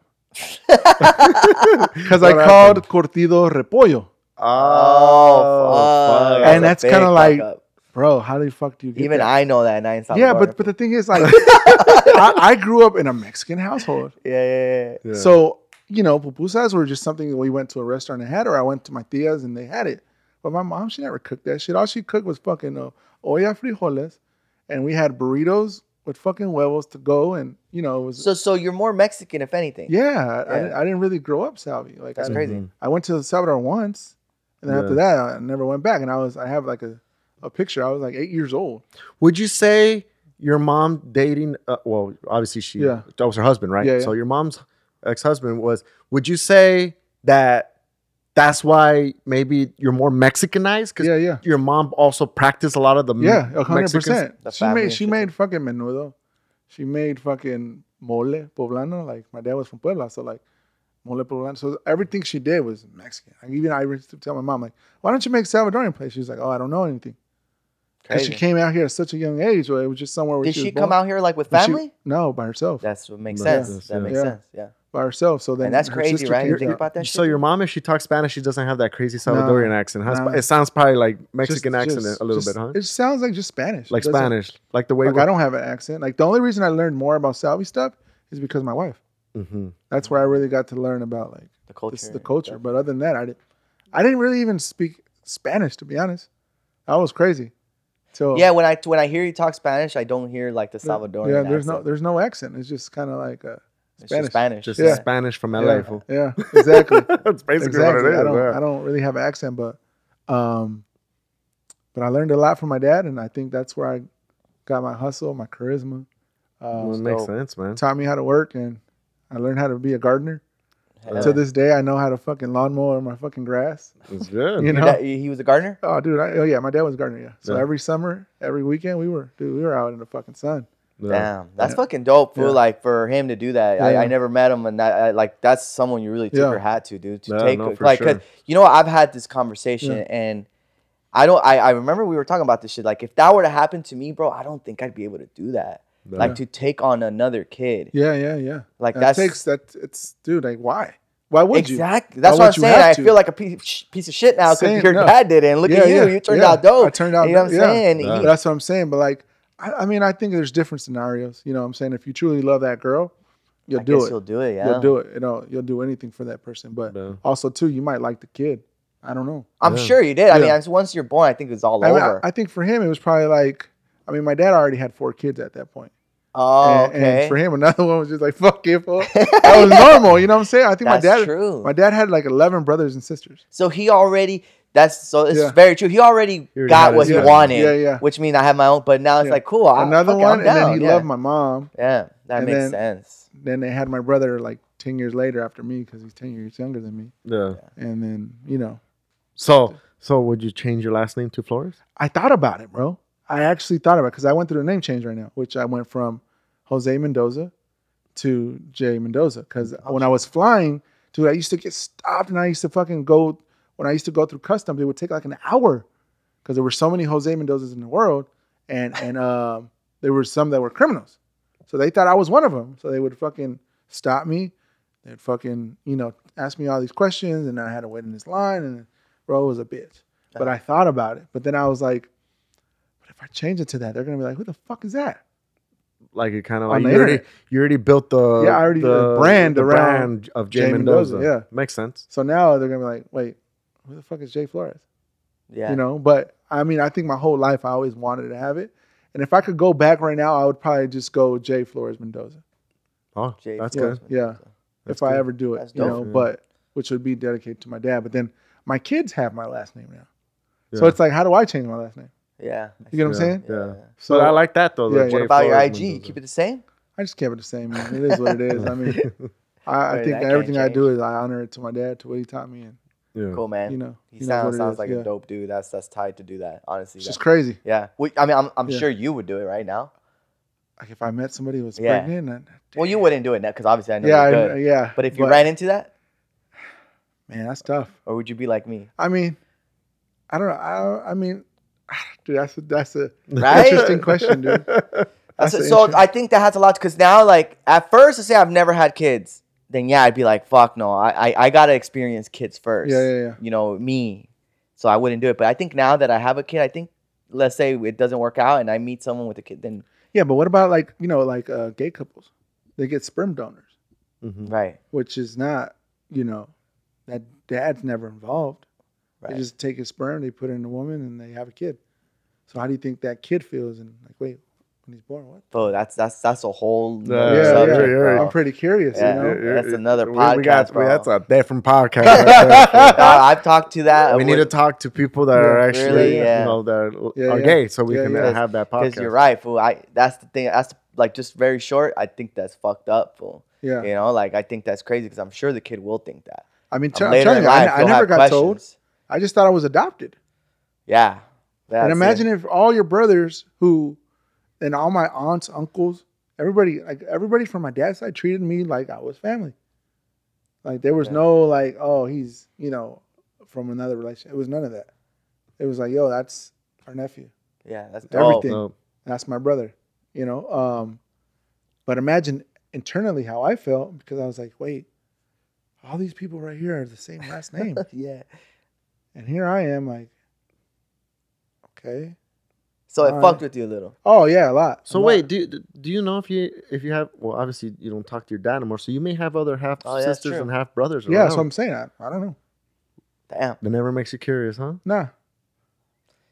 [SPEAKER 3] because I
[SPEAKER 1] What
[SPEAKER 3] called cortido repollo,
[SPEAKER 2] Oh, fuck.
[SPEAKER 1] fuck.
[SPEAKER 2] That
[SPEAKER 3] And
[SPEAKER 2] was a
[SPEAKER 3] that's
[SPEAKER 2] big
[SPEAKER 3] kinda
[SPEAKER 2] fuck
[SPEAKER 3] like-
[SPEAKER 2] up.
[SPEAKER 3] bro. How the fuck do you get
[SPEAKER 2] even
[SPEAKER 3] that?
[SPEAKER 2] I know that. And I ain't
[SPEAKER 3] yeah,
[SPEAKER 2] Salvadorian.
[SPEAKER 3] but but the thing is, like, I, I grew up in a Mexican household,
[SPEAKER 2] yeah, yeah, yeah, yeah.
[SPEAKER 1] Yeah.
[SPEAKER 3] so you know pupusas were just something that we went to a restaurant and had, or I went to my tia's and they had it. But my mom, she never cooked that shit. All she cooked was fucking uh, olla frijoles, and we had burritos with fucking huevos to go, and you know it was
[SPEAKER 2] So, so you're more Mexican, if anything.
[SPEAKER 3] Yeah, Mm-hmm. I- I,
[SPEAKER 2] Yeah.
[SPEAKER 3] didn't, I didn't really grow up Salvi. Like
[SPEAKER 2] That's
[SPEAKER 3] I,
[SPEAKER 2] crazy.
[SPEAKER 3] I went to El Salvador once, and then
[SPEAKER 1] Yeah.
[SPEAKER 3] after that, I never went back. And I was I have like a, a picture. I was like eight years old.
[SPEAKER 1] Would you say your mom dating? Uh, well, obviously she.
[SPEAKER 3] Yeah.
[SPEAKER 1] That was her husband, right?
[SPEAKER 3] Yeah, yeah.
[SPEAKER 1] So your mom's ex-husband was. Would you say that that's why maybe you're more Mexicanized because
[SPEAKER 3] Yeah, yeah,
[SPEAKER 1] your mom also practiced a lot of the m-
[SPEAKER 3] yeah, a hundred
[SPEAKER 1] Mexicans?
[SPEAKER 3] percent.
[SPEAKER 2] Mm-hmm. The
[SPEAKER 3] She
[SPEAKER 2] family
[SPEAKER 3] made
[SPEAKER 2] and
[SPEAKER 3] she
[SPEAKER 2] shit.
[SPEAKER 3] made fucking menudo. She made fucking mole poblano. Like my dad was from Puebla, so like mole poblano. So everything she did was Mexican. Like, even I used to tell my mom like, why don't you make Salvadorian place? She was like, oh, I don't know anything. And she
[SPEAKER 2] Crazy.
[SPEAKER 3] came out here at such a young age, or it was just somewhere where
[SPEAKER 2] Did
[SPEAKER 3] she,
[SPEAKER 2] she
[SPEAKER 3] was
[SPEAKER 2] come
[SPEAKER 3] born.
[SPEAKER 2] out here like with
[SPEAKER 3] And she-
[SPEAKER 2] family?
[SPEAKER 3] no, by herself,
[SPEAKER 2] That's what makes
[SPEAKER 1] Yeah.
[SPEAKER 2] sense.
[SPEAKER 1] Yes,
[SPEAKER 2] that
[SPEAKER 1] yeah.
[SPEAKER 2] makes
[SPEAKER 3] Yeah.
[SPEAKER 2] sense. Yeah.
[SPEAKER 3] by herself. So then
[SPEAKER 2] And that's
[SPEAKER 3] her
[SPEAKER 2] crazy,
[SPEAKER 3] sister
[SPEAKER 2] right? You
[SPEAKER 3] came
[SPEAKER 2] think
[SPEAKER 3] out.
[SPEAKER 2] about that
[SPEAKER 1] So
[SPEAKER 2] shit?
[SPEAKER 1] your mom, if she talks Spanish, she doesn't have that crazy
[SPEAKER 3] No.
[SPEAKER 1] Salvadorian accent. Huh?
[SPEAKER 3] No.
[SPEAKER 1] It sounds probably like Mexican
[SPEAKER 3] Just-
[SPEAKER 1] accent
[SPEAKER 3] just-
[SPEAKER 1] a little
[SPEAKER 3] just-
[SPEAKER 1] bit, huh?
[SPEAKER 3] It sounds like just Spanish.
[SPEAKER 1] Like
[SPEAKER 3] It doesn't-
[SPEAKER 1] Spanish, like the way.
[SPEAKER 3] Like I don't have an accent. Like the only reason I learned more about Salvi stuff is because of my wife.
[SPEAKER 1] hmm
[SPEAKER 3] That's where I really got to learn about like
[SPEAKER 2] the culture.
[SPEAKER 3] this, the culture. But other than that, I didn't. I didn't really even speak Spanish to be honest. I was crazy. So
[SPEAKER 2] Yeah, when I when I hear you talk Spanish, I don't hear like the Salvadorian.
[SPEAKER 3] uh, Yeah, there's no
[SPEAKER 2] accent.
[SPEAKER 3] there's no accent. It's just kind of like uh,
[SPEAKER 2] It's
[SPEAKER 3] Spanish.
[SPEAKER 2] just Spanish.
[SPEAKER 1] Just
[SPEAKER 3] Yeah.
[SPEAKER 1] Spanish from LA.
[SPEAKER 3] yeah,
[SPEAKER 1] fool.
[SPEAKER 3] yeah, exactly.
[SPEAKER 1] That's basically
[SPEAKER 3] exactly.
[SPEAKER 1] what it is.
[SPEAKER 3] I don't,
[SPEAKER 1] yeah.
[SPEAKER 3] I don't really have an accent, but um, but I learned a lot from my dad, and I think that's where I got my hustle, my charisma.
[SPEAKER 1] Well, it
[SPEAKER 3] Um,
[SPEAKER 1] makes
[SPEAKER 2] so-
[SPEAKER 1] sense, man.
[SPEAKER 3] taught me how to work, and I learned how to be a gardener.
[SPEAKER 2] Hell
[SPEAKER 3] To
[SPEAKER 2] yeah.
[SPEAKER 3] this day, I know how to fucking lawnmower my fucking grass.
[SPEAKER 1] It's good.
[SPEAKER 3] You
[SPEAKER 2] Your
[SPEAKER 3] know.
[SPEAKER 2] dad- he was a gardener.
[SPEAKER 3] Oh, dude! I, oh, yeah. My dad was a gardener. Yeah. So
[SPEAKER 1] Yeah.
[SPEAKER 3] every summer, every weekend, we were, dude, we were out in the fucking sun.
[SPEAKER 1] Yeah.
[SPEAKER 2] Damn, that's fucking dope, fool.
[SPEAKER 3] Yeah.
[SPEAKER 2] Like for him to do that,
[SPEAKER 3] Yeah.
[SPEAKER 2] I, I never met him, and that, I, like that's someone you really tip
[SPEAKER 3] Yeah.
[SPEAKER 2] your hat to, dude. To
[SPEAKER 1] Yeah,
[SPEAKER 2] take
[SPEAKER 1] no, for
[SPEAKER 2] like, 'cause
[SPEAKER 1] sure.
[SPEAKER 2] you know, I've had this conversation, and I don't. I, I remember we were talking about this shit. Like if that were to happen to me, bro, I don't think I'd be able to do that. Like to take on another kid.
[SPEAKER 3] Yeah, yeah, yeah.
[SPEAKER 2] Like
[SPEAKER 3] That
[SPEAKER 2] that's
[SPEAKER 3] takes that. It's dude. Like, why? Why would you?
[SPEAKER 2] exactly. That's what
[SPEAKER 3] Why
[SPEAKER 2] I'm
[SPEAKER 3] would you
[SPEAKER 2] saying.
[SPEAKER 3] have
[SPEAKER 2] I
[SPEAKER 3] to?
[SPEAKER 2] feel like a piece, piece of shit now because
[SPEAKER 3] Saying
[SPEAKER 2] your
[SPEAKER 3] no.
[SPEAKER 2] dad did it. And look
[SPEAKER 3] Yeah,
[SPEAKER 2] at you.
[SPEAKER 3] yeah,
[SPEAKER 2] You turned
[SPEAKER 3] yeah.
[SPEAKER 2] out dope.
[SPEAKER 3] I turned out
[SPEAKER 2] You know what I'm
[SPEAKER 3] dope, yeah.
[SPEAKER 2] saying?
[SPEAKER 1] Yeah.
[SPEAKER 2] He-
[SPEAKER 3] But that's what I'm saying. But like, I, I mean, I think there's different scenarios. You know, what I'm saying if you truly love that girl, you'll
[SPEAKER 2] I
[SPEAKER 3] do
[SPEAKER 2] guess
[SPEAKER 3] it.
[SPEAKER 2] You'll do it. Yeah.
[SPEAKER 3] You'll do it. You know, you'll do anything for that person. But
[SPEAKER 1] Yeah.
[SPEAKER 3] also too, you might like the kid. I don't know.
[SPEAKER 2] I'm
[SPEAKER 1] Yeah.
[SPEAKER 2] sure you did. I mean,
[SPEAKER 3] Yeah.
[SPEAKER 2] I- once you're born, I think it's all
[SPEAKER 3] I, mean,
[SPEAKER 2] over.
[SPEAKER 3] I, I think for him, it was probably like, I mean, my dad already had four kids at that point.
[SPEAKER 2] oh,
[SPEAKER 3] and, and
[SPEAKER 2] okay.
[SPEAKER 3] for him, another one was just like, fuck it, fool. that was normal. You know what I'm saying? I think
[SPEAKER 2] That's
[SPEAKER 3] my dad,
[SPEAKER 2] true.
[SPEAKER 3] my dad had like 11 brothers and sisters.
[SPEAKER 2] so he already. That's so. It's
[SPEAKER 3] Yeah.
[SPEAKER 2] very true. He already
[SPEAKER 1] already
[SPEAKER 2] got
[SPEAKER 1] had
[SPEAKER 2] what
[SPEAKER 1] his
[SPEAKER 2] he
[SPEAKER 1] own.
[SPEAKER 2] wanted.
[SPEAKER 3] Yeah, yeah.
[SPEAKER 2] Which means I have my own. But now it's
[SPEAKER 3] Yeah.
[SPEAKER 2] like cool. I,
[SPEAKER 3] another
[SPEAKER 2] fuck it, I'm
[SPEAKER 3] one, and then
[SPEAKER 2] down,
[SPEAKER 3] he
[SPEAKER 2] yeah.
[SPEAKER 3] loved my mom.
[SPEAKER 2] Yeah, that
[SPEAKER 3] and
[SPEAKER 2] makes
[SPEAKER 3] then-
[SPEAKER 2] sense.
[SPEAKER 3] Then they had my brother like 10 years later after me because he's 10 years younger than me.
[SPEAKER 1] Yeah.
[SPEAKER 3] And then, you know,
[SPEAKER 1] So, so would you change your last name to Flores?
[SPEAKER 3] I thought about it, bro. I actually thought about it because I went through a name change right now, which I went from Jose Mendoza to Jay Mendoza. Because when I was flying, dude, I used to get stopped and I used to fucking go, when I used to go through customs, it would take like an hour because there were so many Jose Mendozas in the world. And, and um, there were some that were criminals. So they thought I was one of them. So they would fucking stop me. They'd fucking, you know, ask me all these questions and I had to wait in this line and bro it was a bitch. But I thought about it. But then I was like, what if I change it to that? They're gonna be like, who the fuck is that?
[SPEAKER 1] Like it kind of like
[SPEAKER 3] On
[SPEAKER 1] you
[SPEAKER 3] the
[SPEAKER 1] already,
[SPEAKER 3] internet.
[SPEAKER 1] you already built the
[SPEAKER 3] Yeah, I already-
[SPEAKER 1] the
[SPEAKER 3] the brand
[SPEAKER 1] the
[SPEAKER 3] around
[SPEAKER 1] brand of Jay
[SPEAKER 3] Jay
[SPEAKER 1] Mendoza.
[SPEAKER 3] Mendoza, yeah.
[SPEAKER 1] makes sense.
[SPEAKER 3] So now they're gonna be like, wait, who the fuck is Jay Flores?
[SPEAKER 2] Yeah.
[SPEAKER 3] You know, but I mean, I think my whole life I always wanted to have it. And if I could go back right now, I would probably just go Jay Flores Mendoza.
[SPEAKER 1] Oh,
[SPEAKER 2] Jay
[SPEAKER 1] that's
[SPEAKER 2] Fields.
[SPEAKER 1] good.
[SPEAKER 3] Yeah. if I ever do it,
[SPEAKER 2] That's
[SPEAKER 3] you know,
[SPEAKER 2] dope.
[SPEAKER 1] Yeah.
[SPEAKER 3] but which would be dedicated to my dad. But then my kids have my last name now. So
[SPEAKER 1] Yeah.
[SPEAKER 3] it's like, how do I change my last name?
[SPEAKER 2] Yeah.
[SPEAKER 3] You get what I'm
[SPEAKER 1] Yeah.
[SPEAKER 3] saying?
[SPEAKER 1] Yeah.
[SPEAKER 2] Yeah.
[SPEAKER 3] So
[SPEAKER 1] but I like that though.
[SPEAKER 3] Yeah,
[SPEAKER 1] that
[SPEAKER 3] yeah.
[SPEAKER 1] Jay
[SPEAKER 2] What about your
[SPEAKER 1] Flores
[SPEAKER 2] IG?
[SPEAKER 1] one
[SPEAKER 2] You
[SPEAKER 1] does
[SPEAKER 2] keep
[SPEAKER 1] that.
[SPEAKER 2] it the same?
[SPEAKER 3] I just kept it the same, man. It is what it is. I mean, I, I
[SPEAKER 2] Right,
[SPEAKER 3] think
[SPEAKER 2] that can't
[SPEAKER 3] everything I do is I honor it to my dad, to what he taught me, and
[SPEAKER 1] yeah.
[SPEAKER 2] Cool, man.
[SPEAKER 3] you know,
[SPEAKER 2] he
[SPEAKER 3] he knows what
[SPEAKER 2] sounds
[SPEAKER 3] it
[SPEAKER 2] sounds
[SPEAKER 3] is,
[SPEAKER 2] like
[SPEAKER 3] yeah.
[SPEAKER 2] a dope dude. That's that's tied to do that. Honestly,
[SPEAKER 3] It's
[SPEAKER 2] that-
[SPEAKER 3] just crazy.
[SPEAKER 2] yeah. We, I mean, I'm, I'm
[SPEAKER 3] Yeah.
[SPEAKER 2] sure you would do it right now.
[SPEAKER 3] Like if I met somebody who was
[SPEAKER 2] Yeah.
[SPEAKER 3] pregnant, and,
[SPEAKER 2] Well, you wouldn't do it now because obviously I know
[SPEAKER 3] yeah, I,
[SPEAKER 2] you're good.
[SPEAKER 3] yeah.
[SPEAKER 2] but if you ran into that,
[SPEAKER 3] man, that's tough.
[SPEAKER 2] or would you be like me?
[SPEAKER 3] I mean, I don't know. I, I mean, dude, that's a, that's a
[SPEAKER 2] Right?
[SPEAKER 3] interesting question, dude.
[SPEAKER 2] That's
[SPEAKER 3] That's
[SPEAKER 2] it. so
[SPEAKER 3] interesting.
[SPEAKER 2] I think that has a lot because now, like at first, I say I've never had kids. Then yeah, I'd be like, fuck no, I I, I gotta experience kids first.
[SPEAKER 3] Yeah, yeah, yeah.
[SPEAKER 2] You know me, so I wouldn't do it. But I think now that I have a kid, I think let's say it doesn't work out and I meet someone with a kid, then
[SPEAKER 3] Yeah, but what about like you know like uh, gay couples? They get sperm donors,
[SPEAKER 1] Mhm.
[SPEAKER 2] right,
[SPEAKER 3] which is not you know that dad's never involved.
[SPEAKER 2] right.
[SPEAKER 3] They just take his sperm, they put it in a woman, and they have a kid. So how do you think that kid feels? And like, wait, when he's born, what?
[SPEAKER 2] Bro, that's that's that's a whole
[SPEAKER 1] Yeah,
[SPEAKER 2] nother
[SPEAKER 3] yeah,
[SPEAKER 2] subject,
[SPEAKER 1] yeah,
[SPEAKER 2] bro.
[SPEAKER 1] yeah.
[SPEAKER 3] I'm pretty curious,
[SPEAKER 2] Yeah.
[SPEAKER 3] you know.
[SPEAKER 2] Yeah. that's another
[SPEAKER 1] we, We got,
[SPEAKER 2] podcast,
[SPEAKER 1] we- that's
[SPEAKER 2] bro.
[SPEAKER 1] a different podcast. right there.
[SPEAKER 2] No, I've talked to that.
[SPEAKER 1] we need to talk to people that are
[SPEAKER 3] Yeah,
[SPEAKER 1] actually,
[SPEAKER 2] really, yeah.
[SPEAKER 1] you know, that are,
[SPEAKER 3] Yeah,
[SPEAKER 1] are
[SPEAKER 3] yeah.
[SPEAKER 1] gay, so we
[SPEAKER 3] Yeah,
[SPEAKER 1] can
[SPEAKER 3] yeah.
[SPEAKER 1] uh, have that podcast.
[SPEAKER 2] because you're right, fool. I that's the thing. That's like just very short. I think that's fucked up, fool.
[SPEAKER 3] Yeah.
[SPEAKER 2] You know, like I think that's crazy because I'm sure the kid will think that.
[SPEAKER 3] I mean, t-
[SPEAKER 2] Um,
[SPEAKER 3] I'm telling you, I, I
[SPEAKER 2] he'll
[SPEAKER 3] never
[SPEAKER 2] have
[SPEAKER 3] got told.
[SPEAKER 2] questions.
[SPEAKER 3] I just thought I was adopted.
[SPEAKER 2] Yeah.
[SPEAKER 3] and imagine if all your brothers, who, and all my aunts, uncles, everybody, like everybody from my dad's side, treated me like I was family. Like there was
[SPEAKER 2] Yeah.
[SPEAKER 3] no like, oh, he's you know from another relationship. It was none of that. It was like, yo, that's our nephew.
[SPEAKER 2] it. Yeah, that's dope.
[SPEAKER 3] everything.
[SPEAKER 1] No.
[SPEAKER 3] that's my brother you know um but imagine internally how i felt because i was like wait all these people right here are the same last name
[SPEAKER 2] yeah.
[SPEAKER 3] and here i am like okay
[SPEAKER 2] So it
[SPEAKER 3] Alright.
[SPEAKER 2] fucked with you a little.
[SPEAKER 3] oh yeah a lot
[SPEAKER 1] So
[SPEAKER 3] a lot.
[SPEAKER 1] wait, do you, do you know if you if you have well obviously you don't talk to your dad anymore, so you may have other half
[SPEAKER 2] Oh, yeah, that's
[SPEAKER 1] sisters
[SPEAKER 2] true.
[SPEAKER 1] and half brothers.
[SPEAKER 3] yeah that's
[SPEAKER 1] around.
[SPEAKER 3] what i'm saying I, I don't know
[SPEAKER 2] Damn.
[SPEAKER 1] that never makes you curious, huh?
[SPEAKER 3] nah
[SPEAKER 2] You're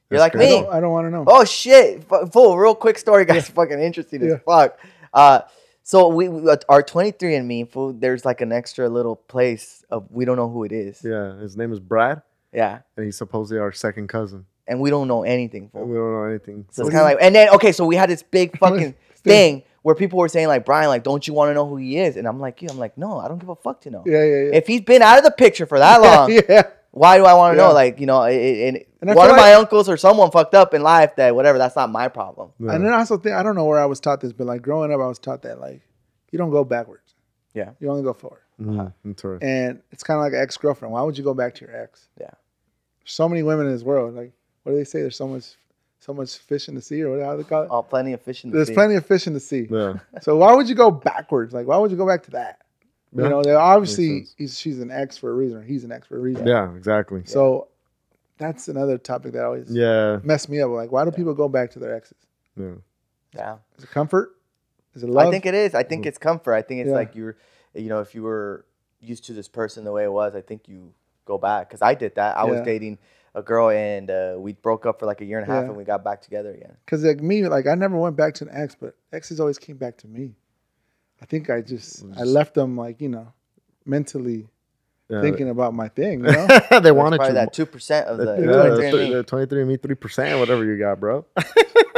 [SPEAKER 1] That's
[SPEAKER 2] like
[SPEAKER 3] i
[SPEAKER 1] crazy.
[SPEAKER 2] me.
[SPEAKER 3] don't, I don't want to know
[SPEAKER 2] Oh shit! F- Fool, real quick story, guys. Fucking interesting
[SPEAKER 3] Yeah.
[SPEAKER 2] as fuck. Uh, so we, we uh, our 23andMe fool. There's like an extra little place of we don't know who it is. Yeah,
[SPEAKER 1] Yeah, his name is Brad, and he's supposedly our second cousin.
[SPEAKER 2] and we don't know anything. Fool.
[SPEAKER 1] We don't know anything.
[SPEAKER 2] So it's kind of like, and then okay, so we had this big
[SPEAKER 3] What is
[SPEAKER 2] fucking
[SPEAKER 3] this thing?
[SPEAKER 2] thing where people were saying like, Brian, like, don't you want to know who he is? And I'm like, you, I'm like, no, I don't give a fuck to know.
[SPEAKER 3] yeah yeah yeah
[SPEAKER 2] If he's been out of the picture for that long,
[SPEAKER 3] yeah
[SPEAKER 2] why do I want to
[SPEAKER 3] Yeah.
[SPEAKER 2] know? Like, you know, i- i- and,
[SPEAKER 3] And I
[SPEAKER 2] one
[SPEAKER 3] feel
[SPEAKER 2] of my uncles or someone fucked up in life that whatever, that's not my problem.
[SPEAKER 1] Yeah.
[SPEAKER 3] and then i also think i don't know where i was taught this but like growing up i was taught that like you don't go backwards
[SPEAKER 2] Yeah.
[SPEAKER 3] you only go forward
[SPEAKER 1] Mhm, interesting.
[SPEAKER 3] And it's kind of like an ex girlfriend. Why would you go back to your ex?
[SPEAKER 2] Yeah.
[SPEAKER 3] So many women in this world. Like, what do they say? There's so much, so much fish in the sea, or what how do they call it?
[SPEAKER 2] Oh, plenty of fish in the
[SPEAKER 3] There's
[SPEAKER 2] sea.
[SPEAKER 3] plenty of fish in the sea.
[SPEAKER 1] Yeah.
[SPEAKER 3] So why would you go backwards? Like, why would you go back to that?
[SPEAKER 1] Yeah.
[SPEAKER 3] You know, they're obviously
[SPEAKER 1] sense.
[SPEAKER 3] he's, she's an ex for a reason, or he's an ex for a
[SPEAKER 1] yeah.
[SPEAKER 3] reason.
[SPEAKER 1] Exactly.
[SPEAKER 3] So that's another topic that always
[SPEAKER 1] Yeah.
[SPEAKER 3] messed me up. Like, why do people go back to their exes?
[SPEAKER 1] Yeah.
[SPEAKER 2] Yeah.
[SPEAKER 3] Is it comfort? Is it love? Mm-hmm.
[SPEAKER 2] I think it is. I think it's comfort. I think it's
[SPEAKER 3] Yeah.
[SPEAKER 2] like you're, you know, if you were used to this person the way it was, I think you go back. Cause I did that. I was
[SPEAKER 3] Yeah.
[SPEAKER 2] dating a girl and uh, we broke up for like a year and a half
[SPEAKER 3] Yeah.
[SPEAKER 2] and we got back together again.
[SPEAKER 3] Because like me, like I never went back to an ex, but exes always came back to me. I think I just I left them like you know, mentally
[SPEAKER 1] yeah.
[SPEAKER 3] thinking about my thing. You know?
[SPEAKER 1] they
[SPEAKER 2] That's
[SPEAKER 1] wanted
[SPEAKER 2] probably
[SPEAKER 1] you.
[SPEAKER 2] that two percent of the
[SPEAKER 1] That-
[SPEAKER 2] the
[SPEAKER 1] yeah, that's
[SPEAKER 2] 23andMe.
[SPEAKER 1] the 23 and me 3%, whatever you got, bro.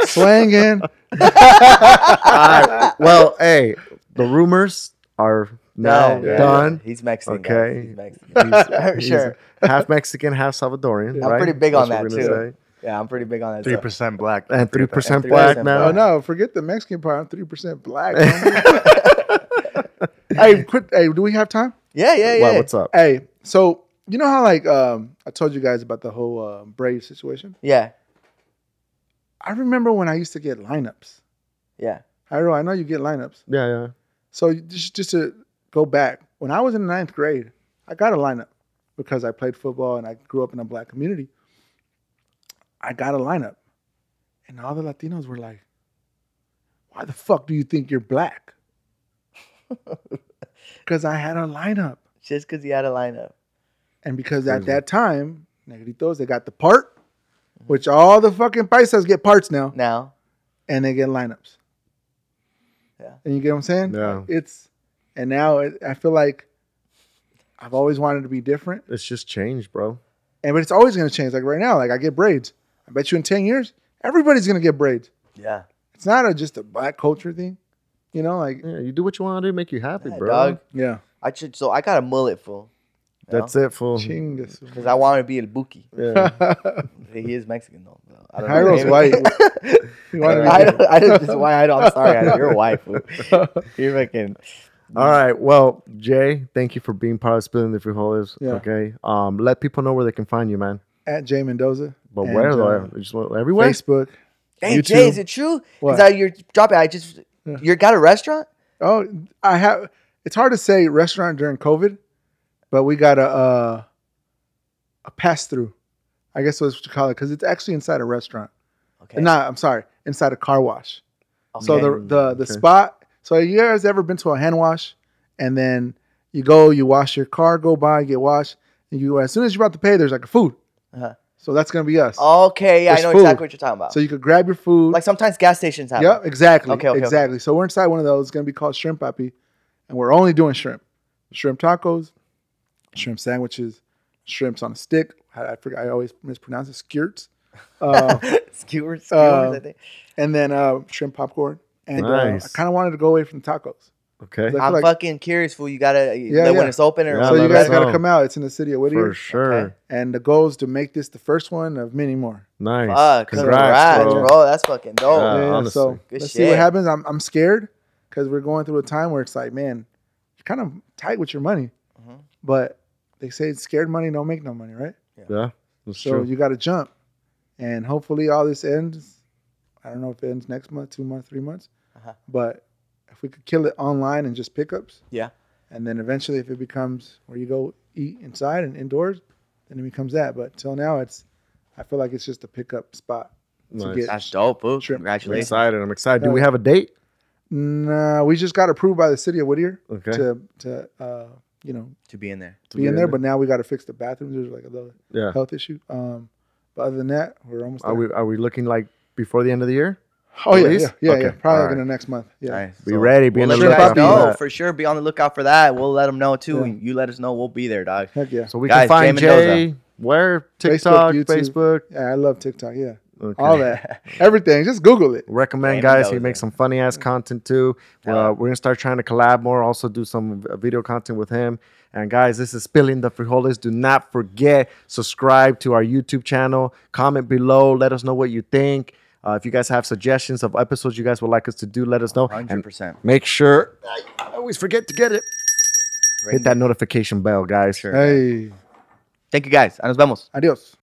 [SPEAKER 3] Swanging.
[SPEAKER 1] Alright, Well, hey, the rumors are now
[SPEAKER 2] Yeah, yeah,
[SPEAKER 1] done.
[SPEAKER 2] yeah. He's Mexican. Okay.
[SPEAKER 1] Okay.
[SPEAKER 2] He's Mexican.
[SPEAKER 1] He's- he's
[SPEAKER 2] sure.
[SPEAKER 1] half Mexican, half Salvadorian.
[SPEAKER 2] I'm
[SPEAKER 1] right?
[SPEAKER 2] pretty big on
[SPEAKER 1] what
[SPEAKER 2] that,
[SPEAKER 1] we're gonna
[SPEAKER 2] too. Yeah, I'm pretty big on that.
[SPEAKER 4] Three
[SPEAKER 2] So,
[SPEAKER 4] percent black.
[SPEAKER 1] say. And three
[SPEAKER 4] Forget that.
[SPEAKER 1] percent
[SPEAKER 2] 3%
[SPEAKER 1] black
[SPEAKER 2] black.
[SPEAKER 1] now.
[SPEAKER 3] Oh no, forget the Mexican part. I'm three percent black. hey, quit. Hey, do we have time?
[SPEAKER 2] yeah, yeah, yeah.
[SPEAKER 1] Well, what's up?
[SPEAKER 3] Hey, so you know how like um I told you guys about the whole uh, Brave situation.
[SPEAKER 2] Yeah,
[SPEAKER 3] I remember when I used to get lineups.
[SPEAKER 2] yeah.
[SPEAKER 3] Hyro, I know you get lineups.
[SPEAKER 1] Yeah, yeah.
[SPEAKER 3] So just just to go back, when I was in ninth grade, I got a lineup because I played football and I grew up in a black community. I got a lineup, and all the Latinos were like, "Why the fuck do you think you're black?" Because I had a lineup,
[SPEAKER 2] Just because he had a lineup.
[SPEAKER 3] and because at
[SPEAKER 1] Crazy.
[SPEAKER 3] that time, negritos they got the part, which all the fucking paisas get parts now,
[SPEAKER 2] Now,
[SPEAKER 3] and they get lineups.
[SPEAKER 2] Yeah.
[SPEAKER 3] And you get what I'm saying?
[SPEAKER 1] Yeah.
[SPEAKER 3] It's and now it, I feel like I've always wanted to be different,
[SPEAKER 1] It's just changed, bro.
[SPEAKER 3] and but it's always going to change. Like right now, like I get braids. I bet you in ten years, everybody's going to get braids.
[SPEAKER 2] Yeah.
[SPEAKER 3] It's not a, just a black culture thing, you know? Like
[SPEAKER 1] Yeah, you do what you want to do, make you happy,
[SPEAKER 2] Yeah,
[SPEAKER 1] bro.
[SPEAKER 2] dog.
[SPEAKER 3] yeah,
[SPEAKER 2] I should. So I got a mullet, fool.
[SPEAKER 1] That's it, fool.
[SPEAKER 3] Chingus.
[SPEAKER 2] Because I wanted to be a buki.
[SPEAKER 1] Yeah.
[SPEAKER 2] He is Mexican though. so I don't know.
[SPEAKER 3] Hyro's
[SPEAKER 2] Maybe-
[SPEAKER 3] white.
[SPEAKER 2] I, don't- I don't. This is why I don't. I'm sorry. Jairo, You're white. Fool. You're fucking.
[SPEAKER 1] All right. Well, Jay, thank you for being part of Spilling the Frijoles.
[SPEAKER 3] Yeah.
[SPEAKER 1] Okay. Um, let people know where they can find you, man.
[SPEAKER 3] At Jay Mendoza,
[SPEAKER 1] But
[SPEAKER 3] And,
[SPEAKER 1] where
[SPEAKER 3] uh,
[SPEAKER 1] though? Just what- everywhere.
[SPEAKER 3] Facebook.
[SPEAKER 2] Hey
[SPEAKER 3] You
[SPEAKER 2] Jay,
[SPEAKER 3] too.
[SPEAKER 2] is it true?
[SPEAKER 3] What?
[SPEAKER 2] Because you're dropping. I just.
[SPEAKER 3] Yeah.
[SPEAKER 2] You got a restaurant?
[SPEAKER 3] Oh, I have. It's hard to say restaurant during COVID, but we got a a, a pass through. I guess that's what you call it because it's actually inside a restaurant.
[SPEAKER 2] Okay. Oh,
[SPEAKER 3] No, I'm sorry, inside a car wash. So
[SPEAKER 2] Okay.
[SPEAKER 3] the the the
[SPEAKER 1] okay.
[SPEAKER 3] spot. So you guys ever been to a hand wash, and then you go, you wash your car, go by, get washed, and you as soon as you're about to pay, there's like a food.
[SPEAKER 2] Uh-huh.
[SPEAKER 3] So that's gonna be us.
[SPEAKER 2] Okay. Yeah, I
[SPEAKER 3] There's
[SPEAKER 2] know
[SPEAKER 3] food.
[SPEAKER 2] exactly what you're talking about.
[SPEAKER 3] So you could grab your food.
[SPEAKER 2] like sometimes gas stations have.
[SPEAKER 3] Yep,
[SPEAKER 2] Yep.
[SPEAKER 3] exactly.
[SPEAKER 2] Okay, okay, okay.
[SPEAKER 3] exactly. So we're inside one of those. It's gonna be called shrimp papi, and we're only doing shrimp, shrimp tacos, shrimp sandwiches, shrimps on a stick. I, I forgot. I always mispronounce it. Skirts, uh,
[SPEAKER 2] skewers. Skewers.
[SPEAKER 3] Uh,
[SPEAKER 2] I think.
[SPEAKER 3] and then uh, shrimp popcorn. And uh, I
[SPEAKER 1] Nice.
[SPEAKER 3] kind of wanted to go away from tacos.
[SPEAKER 1] okay.
[SPEAKER 3] I feel
[SPEAKER 2] I'm
[SPEAKER 3] like-
[SPEAKER 2] fucking curious, fool. You gotta
[SPEAKER 3] Yeah,
[SPEAKER 2] like, when
[SPEAKER 3] yeah.
[SPEAKER 2] it's open or
[SPEAKER 1] Yeah,
[SPEAKER 3] so you
[SPEAKER 1] let
[SPEAKER 3] guys
[SPEAKER 1] us
[SPEAKER 3] got to
[SPEAKER 1] know.
[SPEAKER 3] come out. It's in the city of Whittier,
[SPEAKER 1] For sure.
[SPEAKER 2] Okay.
[SPEAKER 3] and the goal is to make this the first one of many more.
[SPEAKER 1] Nice.
[SPEAKER 2] Fuck, congrats, bro.
[SPEAKER 3] bro.
[SPEAKER 2] That's fucking dope.
[SPEAKER 1] Yeah. Uh,
[SPEAKER 3] Yeah,
[SPEAKER 1] honestly.
[SPEAKER 3] so
[SPEAKER 2] Good
[SPEAKER 3] let's see
[SPEAKER 2] shit.
[SPEAKER 3] what happens. I'm I'm scared because we're going through a time where it's like, man, you're kind of tight with your money,
[SPEAKER 2] Mhm.
[SPEAKER 3] but they say scared money don't make no money, right?
[SPEAKER 1] Yeah. That's
[SPEAKER 3] So
[SPEAKER 1] true.
[SPEAKER 3] you got to jump, and hopefully all this ends. I don't know if it ends next month, two months, three months,
[SPEAKER 2] Uh-huh.
[SPEAKER 3] but if we could kill it online and just pickups,
[SPEAKER 2] Yeah.
[SPEAKER 3] and then eventually if it becomes where you go eat inside and indoors, then it becomes that. But till now, it's I feel like it's just a pickup spot.
[SPEAKER 1] Nice.
[SPEAKER 3] get-
[SPEAKER 2] That's dope, fool.
[SPEAKER 1] I'm
[SPEAKER 3] Shrimp.
[SPEAKER 2] Congratulations.
[SPEAKER 1] excited. I'm excited.
[SPEAKER 2] Uh,
[SPEAKER 1] Do we have a date?
[SPEAKER 3] No, we just got approved by the city of Whittier.
[SPEAKER 1] Okay.
[SPEAKER 3] to to uh, you know
[SPEAKER 2] to be in there.
[SPEAKER 1] To
[SPEAKER 3] be in there. But now we got to fix the bathrooms. There's like a little
[SPEAKER 1] yeah.
[SPEAKER 3] health issue. Um, but other than that, we're almost.
[SPEAKER 1] Are
[SPEAKER 3] there.
[SPEAKER 1] we are we looking like before the end of the year?
[SPEAKER 3] oh yeah,
[SPEAKER 1] released?
[SPEAKER 3] yeah, yeah,
[SPEAKER 1] Okay,
[SPEAKER 3] yeah. Probably like
[SPEAKER 1] alright.
[SPEAKER 3] in the next month. Yeah.
[SPEAKER 2] Nice.
[SPEAKER 1] Be
[SPEAKER 2] So
[SPEAKER 1] ready. Be
[SPEAKER 2] We'll
[SPEAKER 1] in
[SPEAKER 2] let
[SPEAKER 1] the
[SPEAKER 2] you guys
[SPEAKER 1] lookout for
[SPEAKER 2] know
[SPEAKER 1] that.
[SPEAKER 2] for sure. Be on the lookout for that. We'll let them know too.
[SPEAKER 3] Yeah.
[SPEAKER 2] And you let us know. We'll be there, dog.
[SPEAKER 3] Heck yeah.
[SPEAKER 1] So we can
[SPEAKER 2] Guys,
[SPEAKER 1] find
[SPEAKER 2] Jay Mendoza.
[SPEAKER 1] Jay where TikTok,
[SPEAKER 3] YouTube.
[SPEAKER 1] Facebook,
[SPEAKER 3] Yeah, I love TikTok. Yeah,
[SPEAKER 1] okay.
[SPEAKER 3] all that, everything. Just Google it.
[SPEAKER 1] Recommend
[SPEAKER 2] Jay
[SPEAKER 1] guys. He
[SPEAKER 2] Mendoza.
[SPEAKER 1] makes some funny ass content too.
[SPEAKER 2] Yeah.
[SPEAKER 1] Uh, we're gonna start trying to collab more. Also do some v- video content with him. And guys, this is spilling the frijoles. Do not forget subscribe to our YouTube channel. Comment below. Let us know what you think. Uh, if you guys have suggestions of episodes you guys would like us to do, let us know.
[SPEAKER 2] Hundred
[SPEAKER 1] And
[SPEAKER 2] percent.
[SPEAKER 1] make sure I I always forget to get it. Hit that notification bell, guys.
[SPEAKER 3] Hey,
[SPEAKER 2] Thank you guys. Nos vemos.
[SPEAKER 3] adios.